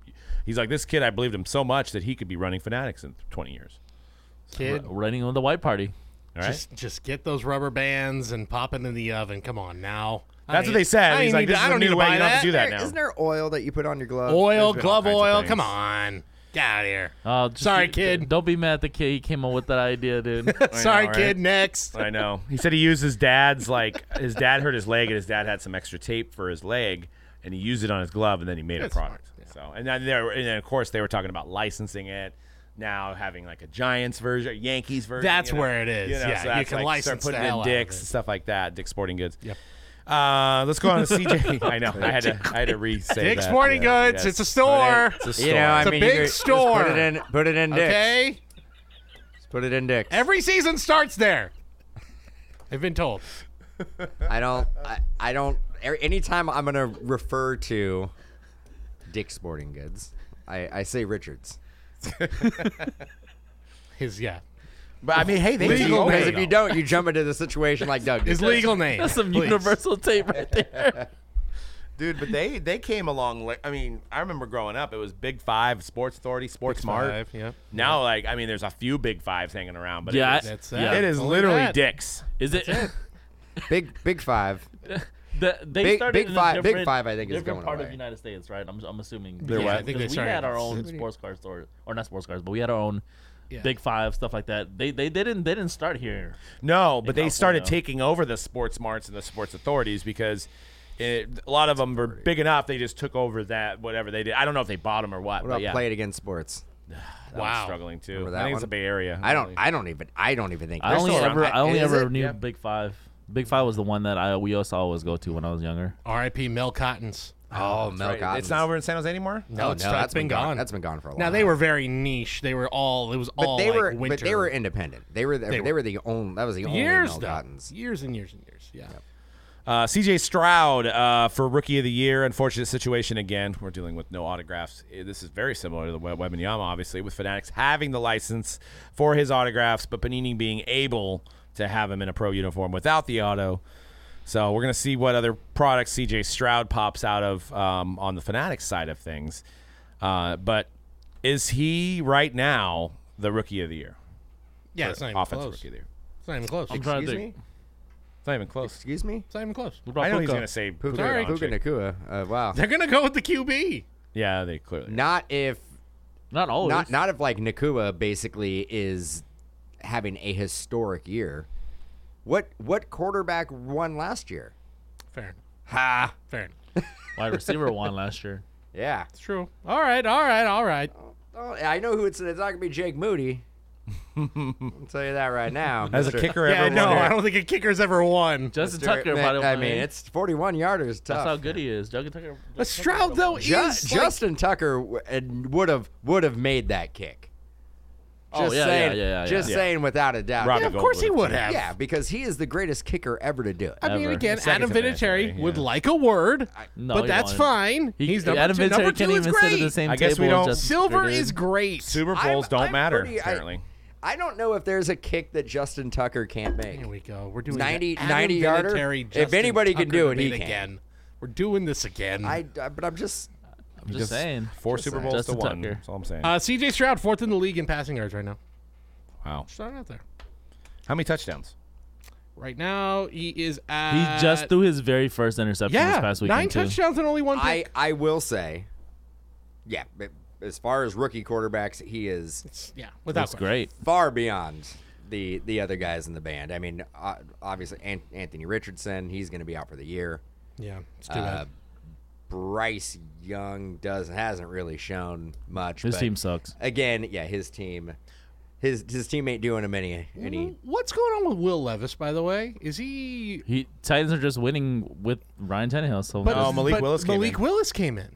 he's like, this kid, I believed him so much that he could be running Fanatics in 20 years. Kid, Running on the white party. All right. just just get those rubber bands and pop it in the oven. Come on now. I That's ain't- what they said. I He's ain't like, need this to- is I a don't need new to way. buy You don't have to do that. that now. Isn't there oil that you put on your glove? Oil, There's been all glove kinds of oil. things. Come on. Get out of here. Oh, just- Sorry, kid. Don't be mad at the kid. He came up with that idea, dude. Sorry, right? kid. Next. I know. He said he used his dad's like his dad hurt his leg and his dad had some extra tape for his leg and he used it on his glove and then he made a product. So and then there and then of course they were talking about licensing it now having like a Giants version, Yankees version. That's you know, where it is. Yeah, so you that's can like license start the putting hell in out of Dicks it. and stuff like that. Dick's Sporting Goods. Yep. Uh, let's go on to (laughs) CJ. (laughs) I know. I had to. I had to re say Dick's that. Sporting Yeah, Goods. yes. It's a store. It's a store. You know, I It's a mean, big you could- just store. Put it in. Put it in dicks. Okay. Just Put it in dicks. Every season starts there. I've been told. I don't. I, I don't. er- Anytime I'm gonna refer to Dick's Sporting Goods, I, I say Richards. His yeah. but I mean, hey, they do- Legal Because name. if you don't, you jump into the situation like Doug. His His legal name. That's some please. universal tape right there. dude. But they they came along. Like, I mean, I remember growing up. It was Big Five, Sports Authority, Sports Mart. Five, yeah. Now, like, I mean, there's a few Big Fives hanging around, but Yeah, it is, That's yeah. that. it is Only literally that. dicks. Is it? Big Big Five. The, they Big- started Big in a Five- Big different- Five, I think, is different going part of away. the United States, right? I'm, I'm assuming. Yeah, what? I think they 'cause we started had our in own Sydney. sports car store, or not sports cars, but we had our own Big Five stuff like that. They they didn't they didn't start here. No, but In they started California. taking over the sports marts and the sports authorities because it, a lot of them were big enough. They just took over that whatever they did. I don't know if they bought them or what. What but about yeah, Play It Against Sports? that one's Wow. struggling too. Remember I that think it's one? the Bay Area. I don't. I don't even. I don't even think. I they're only still around. ever I only Is ever it? knew Yeah. Big Five. Big Five was the one that I we also always go to when I was younger. R.I.P. Mel Cottons. Oh, Mel Right. Cottons. It's not over in San Jose anymore. No, Oh, it's, no, it's been gone. That's been gone for a long. now they time. were very niche. They were all. It was But all they like were. winter. But they were independent. They were. The, they, They were. the only. That was the only years Mel though. Cottons. Years and years and years. Yeah. Uh, C.J. Stroud uh, for Rookie of the Year. Unfortunate situation again. We're dealing with no autographs. Eh, This is very similar to the Web Yama, obviously, with Fanatics having the license for his autographs, but Panini being able to have him in a pro uniform without the auto. So we're gonna see what other products C.J. Stroud pops out of um, on the Fanatics side of things. Uh, but is he right now the Rookie of the Year? Yeah. It's not even Offensive close. Rookie of the Year. It's not even close. I'm It's trying to Excuse think. me. It's not even close. Excuse me. not even close. What about I know he's Puka? gonna say Puka, Puka Puka Doncic. Nakua. Uh, (laughs) wow. They're gonna go with the QB. Yeah, they clearly. Not if. not always. Not not if like Nakua basically is having a historic year. What what quarterback won last year? Fair. enough. Ha. Fair. enough. wide receiver won (laughs) last year. Yeah. It's true. All right. All right. All right. Oh, I know who it's. It's not gonna be Jake (laughs) Moody. I'll tell you that right now. Has a Mr. kicker Yeah. ever No, won? I don't think a kicker's ever won. Justin Mr. Tucker Man, probably. I won. mean, it's 41 yarders tough. that's how good he is. Justin Tucker. But Stroud though Ju- is like- Justin Tucker w- and would have would have made that kick. Oh, yeah, yeah, saying, yeah, yeah, just yeah. saying without a doubt. Robbie Yeah, Yeah, of course he Goldblum. would have. yeah, because he is the greatest kicker ever to do it. I mean, Ever. again, Second Adam to Vinatieri, Vinatieri would yeah. like a word, No, but he that's won't. fine. He- He's number Adam two. Number Vinatieri two can't is even sit at the great. same I guess table we as don't- Justin Silver Tucker did. is great. Super Bowls I'm- don't I'm matter, pretty- I- apparently. I don't know if there's a kick that Justin Tucker can't make. Here we go. We're doing 90 the 90 yarder? Vinatieri, If Justin anybody can Tucker do it, he debate can. again. We're doing this again. I, I- but I'm just I'm just saying. Four Super Bowls Justin to one. Tucker. That's all I'm saying. uh, CJ Stroud fourth in the league in passing yards right now. wow. Starting out there. How many touchdowns? Right now he is He at just threw his very first interception Uh, yeah this past weekend nine too. touchdowns and only one I pick. I will say, yeah. But as far as rookie quarterbacks, he is yeah, without That's question. great. far beyond the the other guys in the band. I mean, uh, obviously An- Anthony Richardson, he's going to be out for the year. Yeah, it's too Uh, bad. Bryce Young does hasn't really shown much. His but team sucks. again. Yeah, his team, his his team ain't doing him any any. What's going on with Will Levis? By the way, is he? He Titans are just winning with Ryan Tannehill. So But, Oh, Malik but Willis came Malik in. Willis came in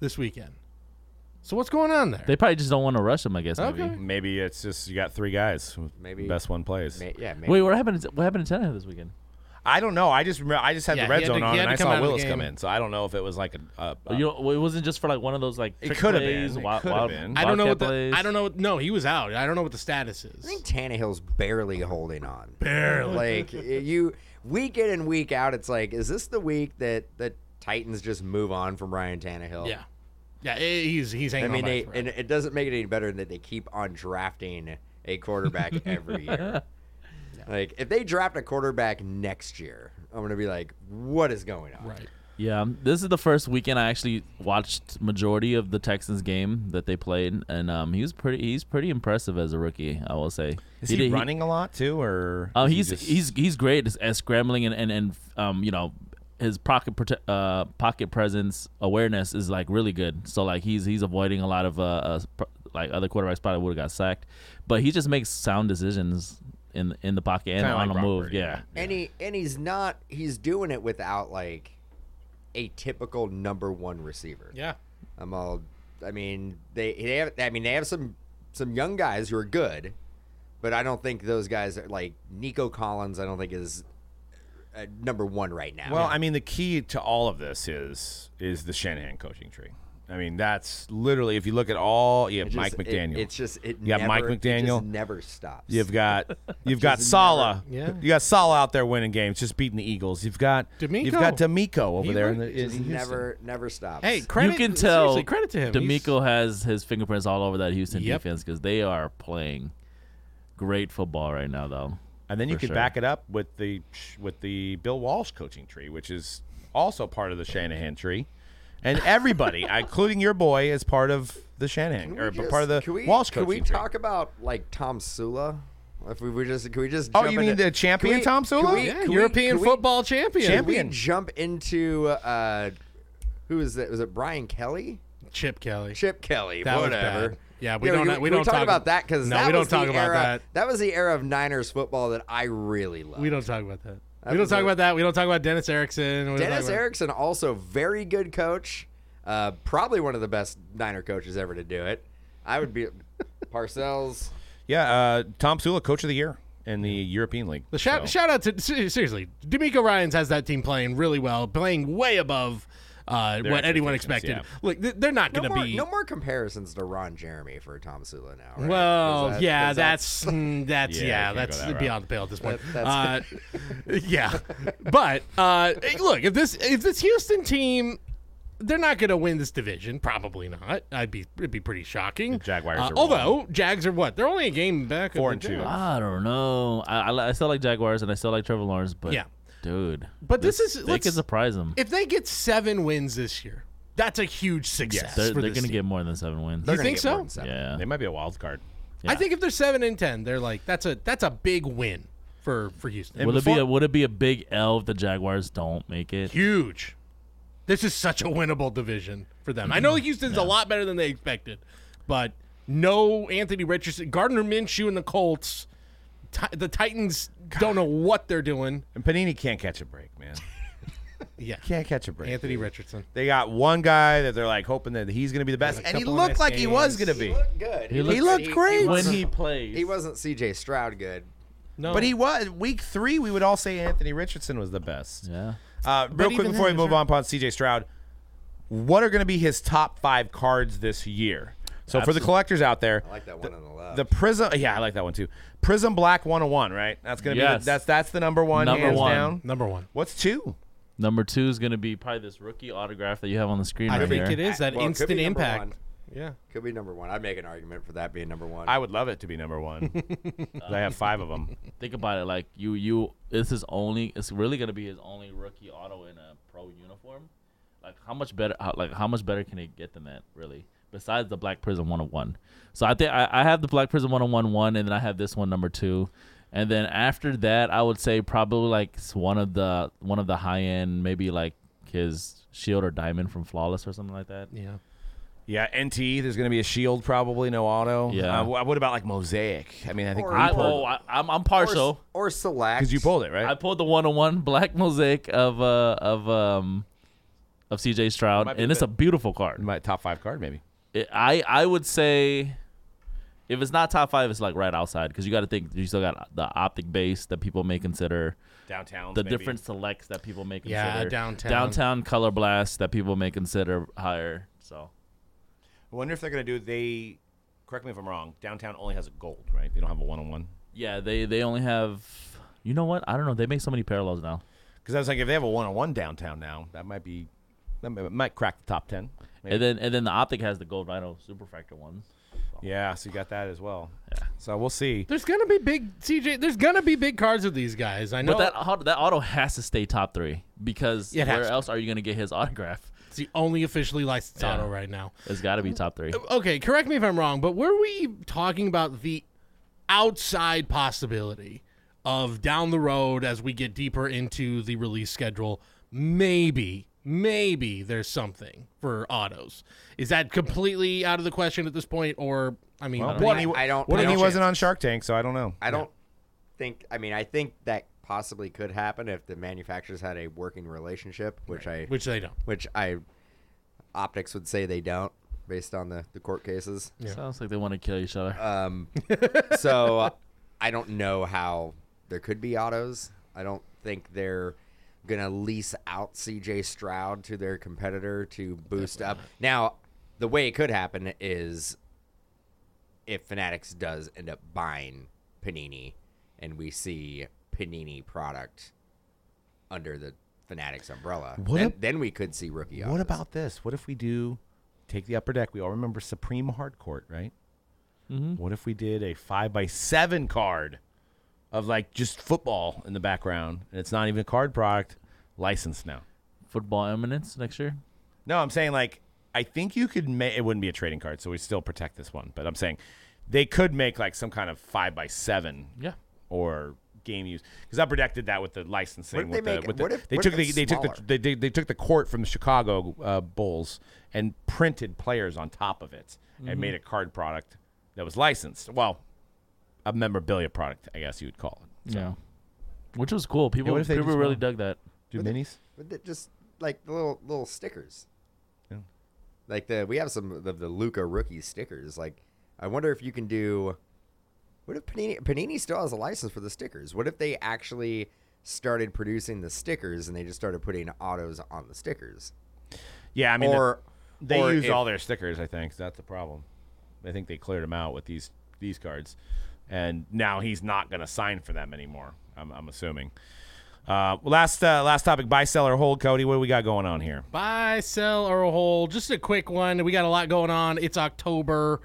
this weekend. So what's going on there? they probably just don't want to rush him. I guess. Maybe. Okay. Maybe it's just you got three guys. Maybe Maybe- best one plays. ma- Yeah, maybe. Wait, what happened? To, what happened to Tannehill this weekend? I don't know. I just remember, I just had Yeah, the he red had to- zone on he had and to I come out saw of the Willis come game. in, so I don't know if it was like a. a, a you know, it wasn't just for like one of those like Um, It trick coulda plays, been. It wild- coulda wild- been. I don't know wildcat what the, plays. I don't know. What, no, he was out. I don't know what the status is. I think Tannehill's barely holding on. Barely. Like you, week in and week out, it's like, is this the week that the Titans just move on from Ryan Tannehill? Yeah, yeah. i- He's he's I hanging. mean, on they, by a and thread. it doesn't make it any better that they keep on drafting a quarterback every year. Like, if they draft a quarterback next year, I'm gonna be like, what is going on? right. Yeah, um, this is the first weekend I actually watched majority of the Texans game that they played, and um, he was pretty. He's pretty impressive as a rookie, I will say. is he, did- running a lot too, or? Oh, is he he's just- he's he's great at, at scrambling and and and um, you know, his pocket prote- uh, pocket presence awareness is like really good. So like he's he's avoiding a lot of uh, uh pr- like other quarterbacks probably would have got sacked, but he just makes sound decisions in in the pocket and Kinda like on the Brock move. Purdy, yeah. and he and he's not he's doing it without like a typical number one receiver. Yeah. I'm all. I mean, they they have. I mean, they have some some young guys who are good, but I don't think those guys are like Nico Collins. I don't think is uh, number one right now. Well, I mean, the key to all of this is is the Shanahan coaching tree. I mean, that's literally if you look at all, you have It Mike just- it- McDaniel. it's just it. You got never, Mike it just McDaniel. never stops. You've (laughs) got you've got Sala. never- yeah. You got Sala out there winning games, just beating the Eagles. You've got D'Amico. You've got D'Amico over He there. In looked- the, in just Houston. never never stops. Hey, credit. you can tell seriously, credit to him. He's- D'Amico has his fingerprints all over that Houston Yep. defense because they are playing great football right now, though. And then you For could sure. back it up with the with the Bill Walsh coaching tree, which is also part of the Shanahan tree, and (laughs) everybody, including your boy, is part of the Shanahan Can or we just- part of the can we, Walsh Can coaching we tree. talk about like Tom Sula? If we were just, can we just? Oh, jump you mean into- the champion can we- Tom Sula? can we- Yeah, can we- European can we- football champion. Can we Champion. jump into uh, who is that? Was it Brian Kelly? Chip Kelly. Chip Kelly, That was whatever. bad. Yeah, we don't- can we can don't talk talk- about that because No, that we don't was the talk about era, that. was the era of Niners football that I really loved. We don't talk about that. we That don't was talk a- about that. We don't talk about Dennis Erickson. We don't Dennis talk about- Erickson also very good coach, uh, probably one of the best Niner coaches ever to do it. I (laughs) would be Parcells. Yeah, uh, Tom Sula, coach of the year in the European League. The shout, So- shout out to se- seriously, D'Amico Ryan's has that team playing really well, playing way above uh, what anyone expectations, expected. yeah. Look, th- they're not No going to more, be. no more comparisons to Ron Jeremy for Tom Sula now. Right? well, 'Cause that- yeah, 'cause that's mm, that's Yeah, yeah, you can't that's go that route. beyond the pale at this point. That- uh, (laughs) yeah, but uh, hey, look, if this if this Houston team. They're not going to win this division, probably not. I'd be it'd be pretty shocking. The Jaguars Uh, are althougll Jags are what? They're only a game back. of Four the and two. Jags. I don't know. I, I, li- I still like Jaguars and I still like Trevor Lawrence, but Yeah. dude. But this is- they let's- could surprise them. If they get seven wins this year, that's a huge success. They're, for they're this gonna team. get more than seven wins. They're You gonna think get more so? than seven. yeah, They might be a wild card. I think if they're seven and ten, they're like that's a that's a big win for for Houston. And Would it be before- a, would it be a big L if the Jaguars don't make it? Huge. This is such a winnable division for them. I know Houston's a lot better than they expected, but no Anthony Richardson, Gardner Minshew, and the Colts. Ti- the Titans don't know what they're doing. And Panini can't catch a break, man. Yeah, Can't catch a break. Anthony Richardson. They got one guy that they're like hoping that he's going to be the best, a and he couple looked nice like he was going games. to be. He looked good. He looked- looked great. He, when wasn't- he plays, he wasn't C.J. Stroud good. No, But he was week three. We would all say Anthony Richardson was the best. Yeah, Uh, real quick even before we then, move sure. on, on CJ Stroud, what are going to be his top five cards this year? So for the collectors out there, I like that one on the left. the prism. Yeah, I like that one too. Prism Black 101, right? That's going to be Yes. the, that's that's the number one. Number hands one. down. number one. What's two? number two is gonna be probably this rookie autograph that you have on the screen I right think here. it is that Well, it could instant be number impact. one. Yeah, Could be number one. I'd make an argument for that being number one. I would love it to be number one. (laughs) 'Cause I have five of them. Think about it, like you, you. This is only. It's really gonna be his only rookie auto in a pro uniform. Like how much better? How, like how much better can it get than that? Really, besides the Black Prism 101. So I think I, I have the Black Prism 101 one, and then I have this one number two, and then after that, I would say probably like s- one of the one of the high end, maybe like his shield or diamond from Flawless or something like that. yeah. Yeah, NT. There's going to be a shield, probably no auto. Yeah. Uh, wh- what about like Mosaic? I mean, I think Or- we I, pulled- oh, I, I'm I'm or, partial. or select Because you pulled it, right? I pulled the one on one black mosaic of uh of um of CJ Stroud, Might be a and it's a beautiful card. My top five card, maybe. It- I I would say if it's not top five, it's like right outside because you got to think you still got the optic base that people may consider, Downtown. the different selects that people may consider, Yeah, downtown. downtown color blast that people may consider higher. So I wonder if they're going to do. They correct me if I'm wrong. Downtown only has a gold, right? They don't have a one on one. yeah, they they only have. You know what? I don't know. They make so many parallels now. Because I was like, if they have a one on one downtown now, that might be that might, might crack the top ten. Maybe. And then and then the optic has the gold rhino superfractor ones. yeah, so you got that as well. Yeah. So we'll see. There's gonna be big CJ. There's gonna be big cards of these guys. I know. But that auto, that auto has to stay top three because Yeah, it has where to. else are you going to get his autograph? It's the only officially licensed Yeah. auto right now. It's got to be top three. Okay, correct me if I'm wrong, but were we talking about the outside possibility of down the road as we get deeper into the release schedule, maybe maybe there's something for autos. Is that completely out of the question at this point? Or I mean, Well, what- what if I- he, I don't- what I if he don't- wasn't on Shark Tank? So I don't know. I don't think. I mean, I think that possibly could happen if the manufacturers had a working relationship, which I which they don't. which I optics would say they don't, based on the the court cases. Sounds like they want to kill each other. so uh, I don't know how there could be autos. I don't think they're gonna lease out CJ Stroud to their competitor to boost up. Now, the way it could happen is if Fanatics does end up buying Panini, and we see Panini product under the Fanatics umbrella, What then, ab- then we could see rookie. What autos. about this? What if we do take the upper deck? We all remember Supreme Hardcourt, right? What if we did a five by seven card of like just football in the background, and it's not even a card product, licensed now? Football eminence next year. No, I'm saying like I think you could make it wouldn't be a trading card, so we still protect this one. But I'm saying they could make like some kind of five by seven, Yeah. or game use because Upper Deck did that with the licensing. What if with they the, make it- with the- what if- they what took if the it's they took the smaller? they, they, they took the court from the Chicago uh, Bulls and printed players on top of it and Mm-hmm. made a card product that was licensed. Well, a memorabilia product, I guess you would call it. Yeah. Which was cool. People what if they people do really small? dug that. Do minis? With the- just like the little little stickers. Yeah. Like the we have some of the, the Luca rookie stickers. Like I wonder if you can do. What if Panini Panini still has a license for the stickers? What if they actually started producing the stickers and they just started putting autos on the stickers? Yeah, I mean, the- or they or used if- all their stickers. I think that's the problem. I think they cleared him out with these these cards, and now he's not going to sign for them anymore. I'm, I'm assuming. Uh, last uh, last topic: buy, sell, or hold. Cody, what do we got going on here? Buy, sell, or hold. Just a quick one. We got a lot going on. It's October.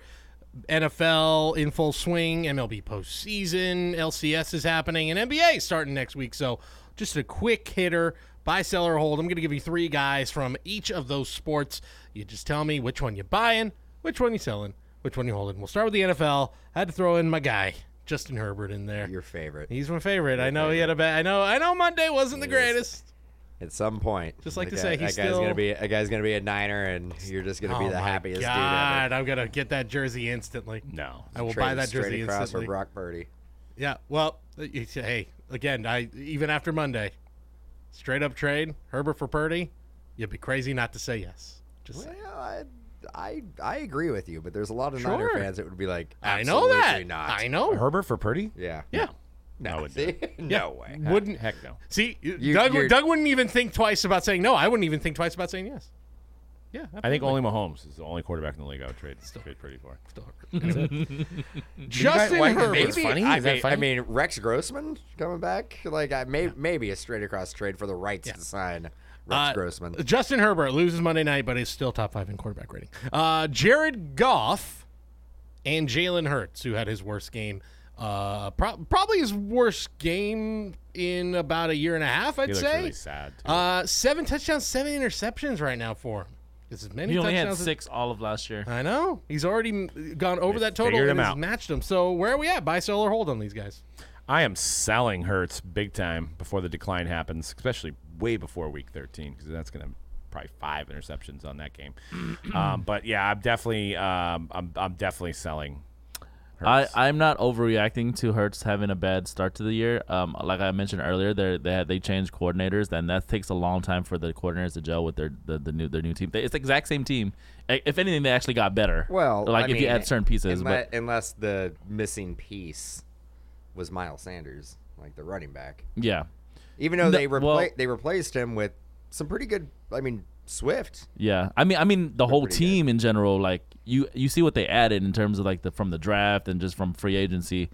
NFL in full swing. MLB postseason. LCS is happening, and NBA starting next week. So, just a quick hitter. Buy, sell, or hold. I'm going to give you three guys from each of those sports. You just tell me which one you're buying, which one you're selling, which one you're holding. We'll start with the NFL. I had to throw in my guy, Justin Herbert, in there. your favorite He's my favorite. I know he had a bad. I know. I know Monday wasn't the He is. greatest. at some point. Just like to that say, guy- he's that guy's still- Oh gonna be a guy's gonna be a Niner, and you're just gonna be the happiest God, dude ever. I'm gonna get that jersey instantly. No, I will Trade buy that straight jersey across for instantly. Brock Purdy. Yeah. Well, uh, you say, hey, again, I even after Monday, straight up trade Herbert for Purdy, you'd be crazy not to say yes. Just saying. Well, I, I I agree with you, but there's a lot of Niner Sure. fans that would be like, I know that. "Absolutely Not. I know. Herbert for Purdy? Yeah. (laughs) yeah. No, I No, would see? (laughs) no way. Wouldn't Heck no. see uh, Doug? you're- Doug wouldn't even think twice about saying no. I wouldn't even think twice about saying yes. Yeah. I think only Mahomes is the only quarterback in the league I would trade, trade Purdy for. Justin why- Herbert. Maybe- funny? I Is that mean, funny? I mean, Rex Grossman coming back. Like, I may, maybe a straight across trade for the rights to sign Rex Uh, Grossman. Justin Herbert loses Monday night, but is still top five in quarterback rating. Uh, Jared Goff and Jalen Hurts, who had his worst game, uh, pro- probably his worst game in about a year and a half, I'd He looks say. really sad. too. Uh, seven touchdowns, seven interceptions right now for him. It's as many He only touchdowns. had as- six all of last year. I know he's already m- gone over that total figured and him has out. matched him. So where are we at? Buy, sell, or hold on these guys. I am selling Hurts big time before the decline happens, especially way before Week 13 because that's going to probably five interceptions on that (clears throat) game. um, but yeah, I'm definitely um, I'm, I'm definitely selling. I, Hurts. I'm not overreacting to Hertz having a bad start to the year. Um, like I mentioned earlier, they they had, they changed coordinators, and that takes a long time for the coordinators to gel with their the, the new their new team. They, it's the exact same team. I- If anything, they actually got better. well, I like if you mean, add certain pieces, unless, but unless the missing piece was Miles Sanders, like the running back. yeah, Even though No, they repla- well- they replaced him with some pretty good. I mean, Swift. yeah. I mean, I mean the whole pretty good. team in general. Like you you see what they added in terms of like the from the draft and just from free agency.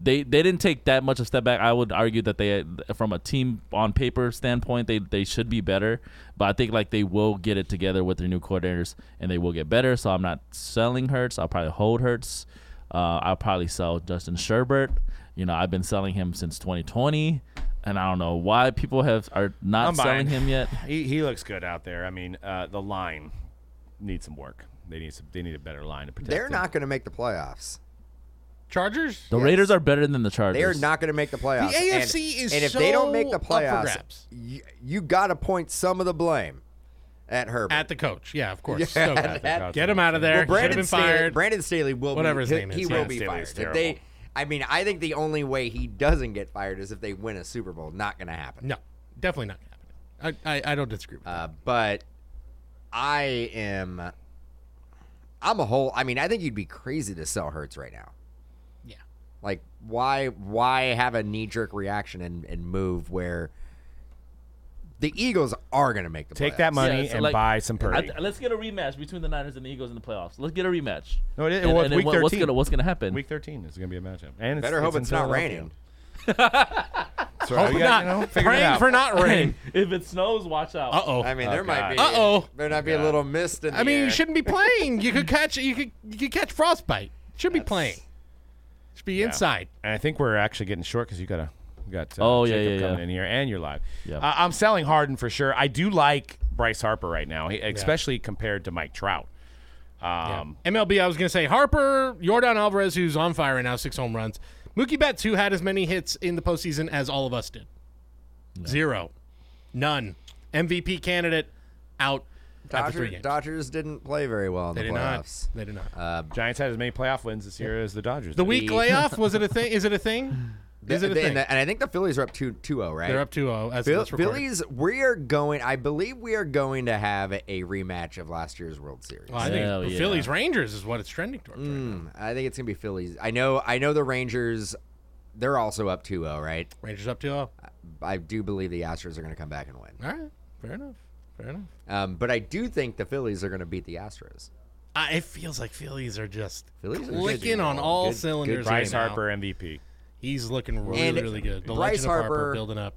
They, they didn't take that much of a step back. I would argue that they, from a team on paper standpoint, they, they should be better. But I think like they will get it together with their new coordinators and they will get better. So I'm not selling Hurts. I'll probably hold Hurts. Uh, I'll probably sell Justin Sherbert. You know, I've been selling him since 2020, and I don't know why people have are not I'm selling buying. him yet. He, he looks good out there. I mean, uh, the line needs some work. They need some, they need a better line to protect. They're him. not going to make the playoffs. Chargers. The Yes. Raiders are better than the Chargers. They are not going to make the playoffs. AFC and, is and if they don't make so the up for playoffs, grabs. you, you got to point some of the blame at Herbert. At the coach. Yeah, of course. (laughs) Yeah, So at- bad. at- Get him out of there. Well, Should have Brandon been Staley, fired. Brandon Staley will Whatever be, his he- name is, He yeah. will be Staley fired. is If terrible. they, I mean, I think the only way he doesn't get fired is if they win a Super Bowl. Not going to happen. No, definitely not happening. I, I, I don't disagree with that. Uh, but I am. I'm a whole. I mean, I think you'd be crazy to sell Hertz right now. Yeah. Like, why? Why have a knee jerk reaction and, and move where the Eagles are going to make the Take playoffs. that money Yeah, so and like- buy some I Purdy. th- let's get a rematch between the Niners and the Eagles in the playoffs. Let's get a rematch. No, it- it and, was and then week what- What's 13. gonna What's gonna happen? Week 13 is going to be a matchup. And it's, Better hope in it's not Philadelphia. raining. That's right. Hope You got, not. you know, figure it Praying out. for (laughs) not rain. if it snows, watch out. Uh oh. I mean, there might be. Uh-oh. There might be a little mist in the I mean, air. you shouldn't (laughs) be playing. You could catch. You could. You could catch frostbite. Should be playing. Should be inside. And I think we're actually getting short because you got a you got uh, Oh, yeah, Jacob yeah, coming yeah. in here, and you're live. Yeah. Uh, I'm selling Harden for sure. I do like Bryce Harper right now, he- especially compared to Mike Trout. Um, MLB. I was gonna say Harper, Jordan Alvarez, who's on fire right now, six home runs. Mookie Betts, who had as many hits in the postseason as all of us did. Zero, none. MVP candidate out after three Dodgers, games. Dodgers didn't play very well in they the did playoffs. not. They did not. Giants had as many playoff wins this year as the Dodgers. the did. (laughs) week the- layoff was it a thing? Is it a thing? Is They- it a they- thing? and, and I think the Phillies are up 2 0, right? They're up 2-0 as Phil- that's recorded. Phillies, we are going, I believe we are going to have a rematch of last year's World Series. Well, I think Hell yeah. Phillies Rangers is what it's trending towards. right now. Hmm, I think it's going to be Phillies. I know I know the Rangers, they're also up 2 0, right? Rangers up 2-0. All I do believe the Astros are going to come back and win. right, fair enough. Fair enough. Um, but I do think the Phillies are going to beat the Astros. Uh, it feels like Phillies are just Phillies are clicking good, on you know. all Good- good cylinders. Bryce right now. Harper MVP. he's looking really, And really good. The Bryce legend of Harper, Harper- building up.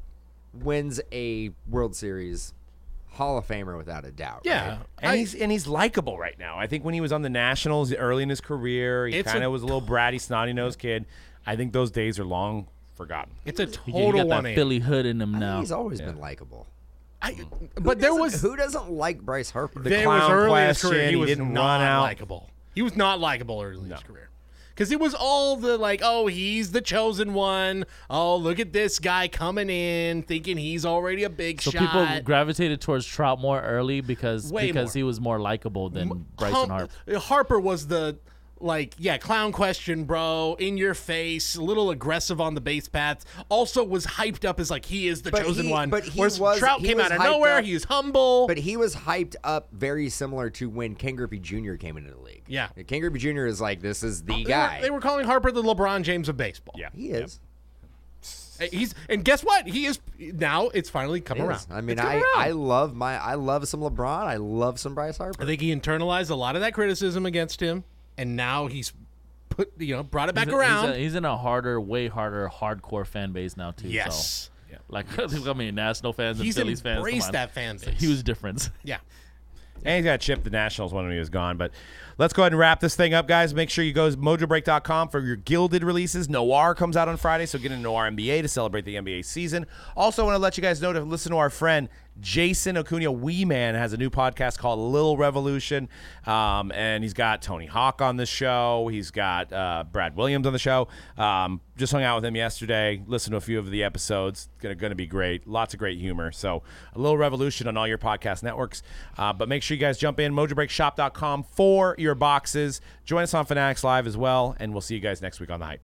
Wins a World Series Hall of Famer without a doubt. Yeah, right? And I- he's and he's likable right now. I think when he was on the Nationals early in his career, he It's kind a- of was a little bratty, snotty nosed kid. I think those days are long forgotten. it's a Yeah, you total got one that eighty. Philly hood in him I think now. he's always been likable. But there Doesn't- was who doesn't like Bryce Harper? there was clown early in his question, career he he was didn't not run out. likable. He was not likable early in his career. Because it was all the like, oh, he's the chosen one. Oh, look at this guy coming in, thinking he's already a big So shot. people gravitated towards Trout more early because Way because more. he was more likable than Bryson Hum- Harper. uh, Harper was the like yeah clown question bro in your face a little aggressive on the base paths also was hyped up as like he is the But chosen he- one but he whereas was- trout he came was out of hyped nowhere up. he was humble But he was hyped up very similar to when Ken Griffey Jr. came into the league. Yeah. Ken Griffey Jr. is like, this is the they, guy. Were, they were calling harper the lebron james of baseball Yeah. he is. Uh, he's and guess what he is now it's finally come He is. around I mean, It's come I, around. I love my I love some LeBron. I love some Bryce Harper. I think he internalized a lot of that criticism against him and now he's put you know brought it back He's a- around He's, a- he's in a harder, way harder, hardcore fan base now too. yes So. Like (laughs) I mean, National fans and he's Phillies fans. embraced come on. that fan base It's a huge difference. (laughs) yeah And he's got chipped the Nationals one when he was gone. But let's go ahead and wrap this thing up, guys. Make sure you go to mojobreak.com for your gilded releases. Noir comes out on Friday, so get into Noir NBA to celebrate the NBA season. Also, want to let you guys know to listen to our friend Jason Acuna Wee Man has a new podcast called Little Revolution. Um, and he's got Tony Hawk on the show, he's got uh, Brad Williams on the show. Um, just hung out with him yesterday, listened to a few of the episodes. It's gonna, gonna be great. Lots of great humor. So a little revolution on all your podcast networks. Uh, but make sure you guys jump in mojobreakshop.com for your boxes. Join us on Fanatics Live as well, and we'll see you guys next week on the hype.